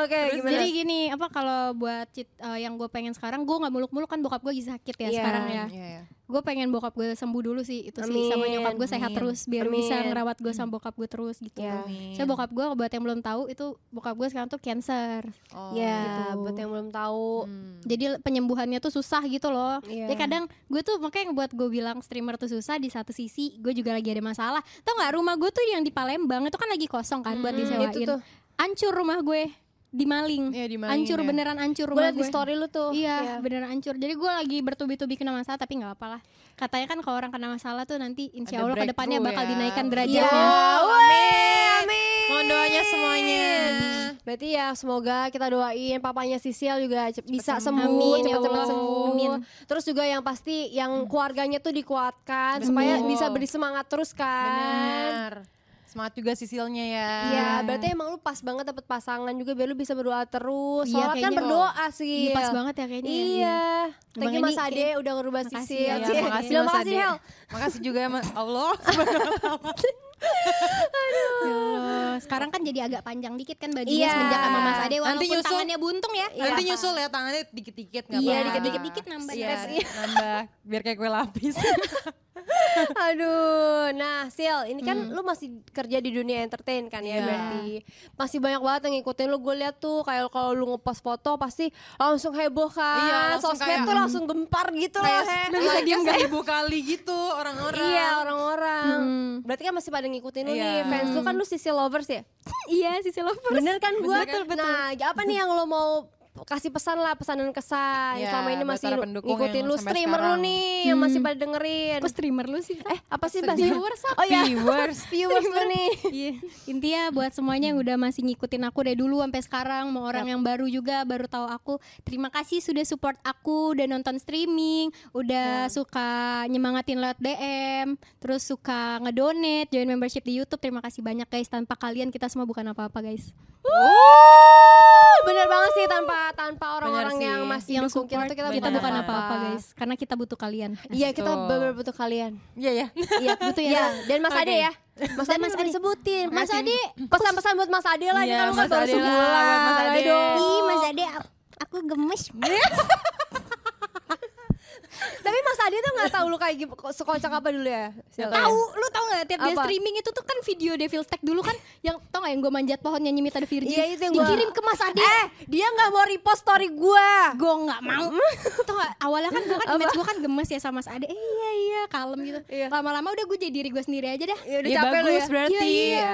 Speaker 2: Oke, gimana?
Speaker 4: Jadi gini, apa kalau buat cit- eh, yang gue pengen sekarang, gue nggak muluk-muluk kan bokap gue lagi sakit ya
Speaker 2: Iya.
Speaker 4: sekarang ya.
Speaker 3: Iya, iya.
Speaker 4: Gue pengen bokap gue sembuh dulu sih itu sih sama
Speaker 2: Amin,
Speaker 4: nyokap gue sehat
Speaker 3: amin,
Speaker 4: terus biar bisa
Speaker 2: amin.
Speaker 4: ngerawat gue sama bokap gue terus gitu.
Speaker 2: Iya.
Speaker 3: Amin.
Speaker 4: Saya bokap gue buat yang belum tahu itu bokap gue sekarang tuh cancer.
Speaker 3: Oh,
Speaker 2: ya,
Speaker 4: gitu.
Speaker 2: buat yang belum tahu.
Speaker 3: hmm.
Speaker 4: Jadi penyembuhannya tuh susah gitu loh.
Speaker 3: Mm.
Speaker 2: Iya.
Speaker 4: Ya kadang gue tuh makanya yang buat gue bilang streamer tuh susah di satu sisi gue juga lagi ada masalah. Tau nggak rumah gue tuh yang di Palembang itu kan lagi kosong kan buat
Speaker 2: Hmm,
Speaker 4: disewain.
Speaker 2: itu tuh.
Speaker 4: Hancur rumah gue dimaling.
Speaker 3: Iya, dimalingin
Speaker 4: Hancur
Speaker 3: ya.
Speaker 4: beneran hancur
Speaker 2: Gue
Speaker 4: rumah
Speaker 2: liat di story lu tuh.
Speaker 4: Iya, beneran hancur. Jadi gue lagi bertubi-tubi kena masalah tapi nggak apa-apa lah. Katanya kan kalau orang kena masalah tuh nanti insya
Speaker 3: Ada
Speaker 4: Allah ke depannya
Speaker 3: breakthrough
Speaker 4: bakal
Speaker 3: ya.
Speaker 4: dinaikkan
Speaker 2: Iya.
Speaker 4: derajatnya.
Speaker 2: Weh, amin.
Speaker 3: Mohon doanya semuanya.
Speaker 2: Berarti ya semoga kita doain papanya Sisil juga cep- bisa sembuh,
Speaker 4: sembuh. Amin, ya
Speaker 2: cepat-cepat
Speaker 4: Allah.
Speaker 2: sembuh.
Speaker 4: Amin. Hmm.
Speaker 2: Terus juga yang pasti yang keluarganya tuh dikuatkan supaya bisa beri semangat terus kan.
Speaker 3: Benar. Semangat juga sisilnya ya.
Speaker 2: Iya, berarti emang lu pas banget dapet pasangan juga biar lu bisa berdoa terus.
Speaker 4: Iya,
Speaker 2: Sholat kan
Speaker 4: kayaknya.
Speaker 2: berdoa sih.
Speaker 4: Iya, pas banget ya kayaknya. ya.
Speaker 2: Iya. Thank you
Speaker 4: Bang
Speaker 2: Mas
Speaker 4: Edi,
Speaker 2: Ade udah ngerubah
Speaker 4: Makasih
Speaker 2: sisi.
Speaker 4: ya,
Speaker 2: Ya,
Speaker 3: Iya, makasih
Speaker 2: Bilang
Speaker 3: Mas
Speaker 2: makasih
Speaker 3: Ade.
Speaker 2: Hel.
Speaker 3: Makasih juga ya Mas- Allah.
Speaker 4: Ya Allah. Sekarang kan jadi agak panjang dikit kan bajunya
Speaker 2: Iya.
Speaker 4: semenjak sama Mas Ade
Speaker 3: Nanti
Speaker 4: walaupun
Speaker 3: nyusul.
Speaker 4: tangannya buntung ya.
Speaker 3: Nanti nyusul ya tangannya dikit-dikit nggak
Speaker 4: Iya,
Speaker 3: apa-apa.
Speaker 4: dikit-dikit-dikit nambah
Speaker 3: Iya,
Speaker 4: stresnya.
Speaker 3: nambah biar kayak kue lapis.
Speaker 2: Aduh, nah Sil, ini kan lu masih kerja di dunia entertain kan ya
Speaker 3: Hmm. Iya.
Speaker 2: berarti masih banyak banget yang ngikutin lu. Gue lihat tuh kayak kalau lu ngepost foto pasti langsung heboh kan.
Speaker 3: Iya, langsung
Speaker 2: Sosmed
Speaker 3: kayak-
Speaker 2: tuh langsung gempar gitu loh. He.
Speaker 3: Kayak bisa diem seribu kali gitu orang-orang.
Speaker 2: Iya orang-orang. Berarti kan masih pada ngikutin lu
Speaker 3: Hmm. Iya.
Speaker 2: nih fans lu kan lu sisi lovers ya.
Speaker 4: iya, sisi lovers.
Speaker 2: Bener kan gue?
Speaker 3: Betul, betul.
Speaker 2: Nah, apa nih yang lo mau kasih pesan lah pesan dan kesan Ya,
Speaker 3: Iya,
Speaker 2: selama ini
Speaker 3: buat
Speaker 2: masih
Speaker 3: para
Speaker 2: lu-
Speaker 3: pendukung
Speaker 2: ngikutin
Speaker 3: yang
Speaker 2: lu
Speaker 3: sampai
Speaker 2: streamer lu
Speaker 3: sekarang. Hmm.
Speaker 2: nih yang masih pada dengerin.
Speaker 4: Aku streamer lu sih.
Speaker 2: Eh apa sih bahasa
Speaker 4: Viewers apa?
Speaker 2: Oh iya.
Speaker 3: Viewers.
Speaker 2: Viewers lu nih.
Speaker 4: Iya. Intinya buat semuanya yang udah masih ngikutin aku dari dulu sampai sekarang, mau orang yang baru juga baru tahu aku. Terima kasih sudah support aku, udah nonton streaming, udah suka nyemangatin lewat DM, terus suka ngedonate, join membership di YouTube. Terima kasih banyak guys. Tanpa kalian kita semua bukan apa-apa guys.
Speaker 2: Wuh, bener Oh, banget sih tanpa tanpa orang-orang
Speaker 3: Bener sih.
Speaker 2: yang masih
Speaker 4: Yang
Speaker 2: dukung
Speaker 4: support
Speaker 2: kita tuh
Speaker 4: kita,
Speaker 2: kita,
Speaker 3: bener
Speaker 4: bukan
Speaker 3: banget.
Speaker 4: apa-apa guys, karena kita butuh kalian.
Speaker 2: Iya kita
Speaker 3: Betul.
Speaker 2: bener butuh kalian.
Speaker 3: Iya ya.
Speaker 2: Iya butuh ya. Dan Mas Ade ya. Mas Ade Mas Ade sebutin. Mas Ade pesan-pesan buat Mas Ade lah. ini
Speaker 3: Iya,
Speaker 2: kan lu kan
Speaker 3: Mas
Speaker 2: baru
Speaker 3: Ade lah,
Speaker 2: sebulan.
Speaker 3: buat Mas Ade.
Speaker 2: Aduh.
Speaker 4: Ih, Mas Ade, aku gemes.
Speaker 2: Tapi Mas Ade tuh nggak tahu lu kayak gim- ko- sekocak apa dulu ya.
Speaker 4: Tahu, lu tau gak tiap dia
Speaker 2: Apa?
Speaker 4: streaming itu tuh kan video Devil Tech dulu kan yang tau gak yang gue manjat pohon nyanyi Mita the Virgin
Speaker 2: Iya, itu yang gua-
Speaker 4: dikirim ke Mas Ade.
Speaker 2: Eh dia nggak mau repost story gue.
Speaker 4: gue nggak mau tau gak awalnya kan gue kan image gue kan gemes ya sama Mas Ade eh, iya iya kalem gitu
Speaker 2: Iya.
Speaker 4: lama-lama udah gue jadi diri gue sendiri aja dah
Speaker 2: Ya udah
Speaker 3: Iya,
Speaker 2: capek lu
Speaker 3: bagus
Speaker 2: ya.
Speaker 3: berarti.
Speaker 4: Iya, iya.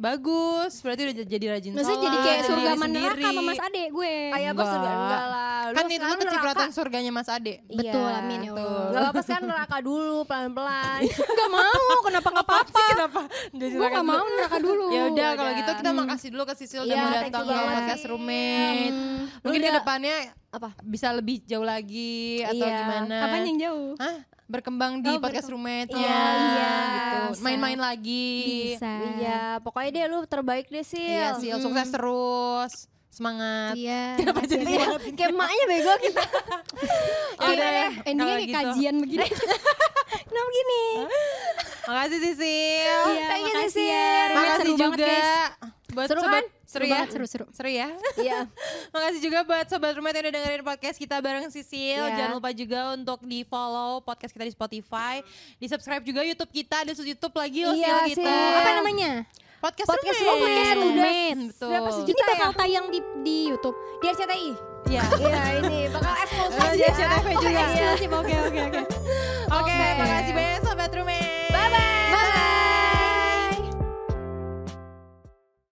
Speaker 3: Bagus. Berarti udah jadi rajin
Speaker 4: maksudnya
Speaker 3: sholat,
Speaker 4: jadi
Speaker 3: Oh,
Speaker 4: kayak
Speaker 3: jadi
Speaker 4: surga
Speaker 3: diri
Speaker 4: meneraka
Speaker 3: sendiri.
Speaker 4: sama Mas Ade gue
Speaker 2: Kayak apa
Speaker 3: Enggak.
Speaker 2: surga enggak lah. Lu
Speaker 3: Kan itu
Speaker 2: sekarang
Speaker 3: tuh
Speaker 2: neraka.
Speaker 3: cipratan surganya Mas Ade.
Speaker 4: betul
Speaker 2: Iya,
Speaker 4: amin ya
Speaker 2: Tuh.
Speaker 4: Allah
Speaker 2: Gak apa-apa sekarang neraka dulu pelan-pelan.
Speaker 4: gak mau kenapa gak apa-apa
Speaker 3: Kenapa?
Speaker 4: gue gak mau neraka dulu Iya.
Speaker 3: Ya udah kalau
Speaker 2: udah.
Speaker 3: gitu kita makasih dulu ke Sisil udah
Speaker 2: Iya,
Speaker 3: mau
Speaker 2: thank
Speaker 3: datang
Speaker 2: you
Speaker 3: ke
Speaker 2: banget.
Speaker 3: podcast roommate.
Speaker 4: Hmm.
Speaker 3: Mungkin
Speaker 2: Udah.
Speaker 3: ke depannya
Speaker 2: apa?
Speaker 3: bisa lebih jauh lagi atau
Speaker 2: Iya.
Speaker 3: gimana?
Speaker 4: apa yang jauh
Speaker 3: Hah? Berkembang di
Speaker 4: Oh,
Speaker 3: podcast
Speaker 4: berkembang.
Speaker 3: roommate
Speaker 2: Iya, iya,
Speaker 3: gitu. Main-main lagi.
Speaker 4: bisa
Speaker 2: Iya, pokoknya deh lu terbaik deh sih.
Speaker 3: Iya, Sil sukses terus. Semangat.
Speaker 4: iya
Speaker 3: Kenapa jadi semangat?
Speaker 2: Kayak emaknya bego kita.
Speaker 3: Oke,
Speaker 4: gitu. Iya, endingnya
Speaker 3: kalau
Speaker 4: kayak
Speaker 3: gitu.
Speaker 4: kajian begini kenapa gini
Speaker 3: Makasih Sisil.
Speaker 4: Iya,
Speaker 2: Thank you,
Speaker 4: makasih
Speaker 2: Sisir.
Speaker 4: ya. Rumit
Speaker 3: Makasih
Speaker 4: seru banget,
Speaker 3: juga
Speaker 4: guys.
Speaker 3: buat
Speaker 2: Seru
Speaker 3: sobat-
Speaker 2: kan?
Speaker 4: Seru
Speaker 3: Seru ya?
Speaker 4: banget, seru, seru.
Speaker 3: Seru ya?
Speaker 2: Iya.
Speaker 3: Makasih juga buat sobat rumah yang udah dengerin podcast kita bareng Sisil.
Speaker 2: Iya.
Speaker 3: Jangan lupa juga untuk di follow podcast kita di Spotify, di subscribe juga YouTube kita, ada YouTube lagi loh
Speaker 2: Iya,
Speaker 3: Sil kita.
Speaker 2: Sil.
Speaker 4: apa namanya
Speaker 3: Podcast,
Speaker 2: Podcast
Speaker 3: roommate.
Speaker 2: roommate.
Speaker 4: Podcast roommate.
Speaker 3: Betul.
Speaker 2: Berapa sih, Ju?
Speaker 4: ya? ini
Speaker 2: Juta ya?
Speaker 4: bakal tayang di di YouTube
Speaker 2: Di RCTI.
Speaker 3: Iya.
Speaker 2: Iya, ini bakal
Speaker 4: Iya,
Speaker 2: eksklusif
Speaker 3: Di RCTI juga.
Speaker 2: Iya.
Speaker 4: Oke, oke, oke.
Speaker 3: Oke,
Speaker 2: Oke.
Speaker 3: makasih banyak sobat rumah.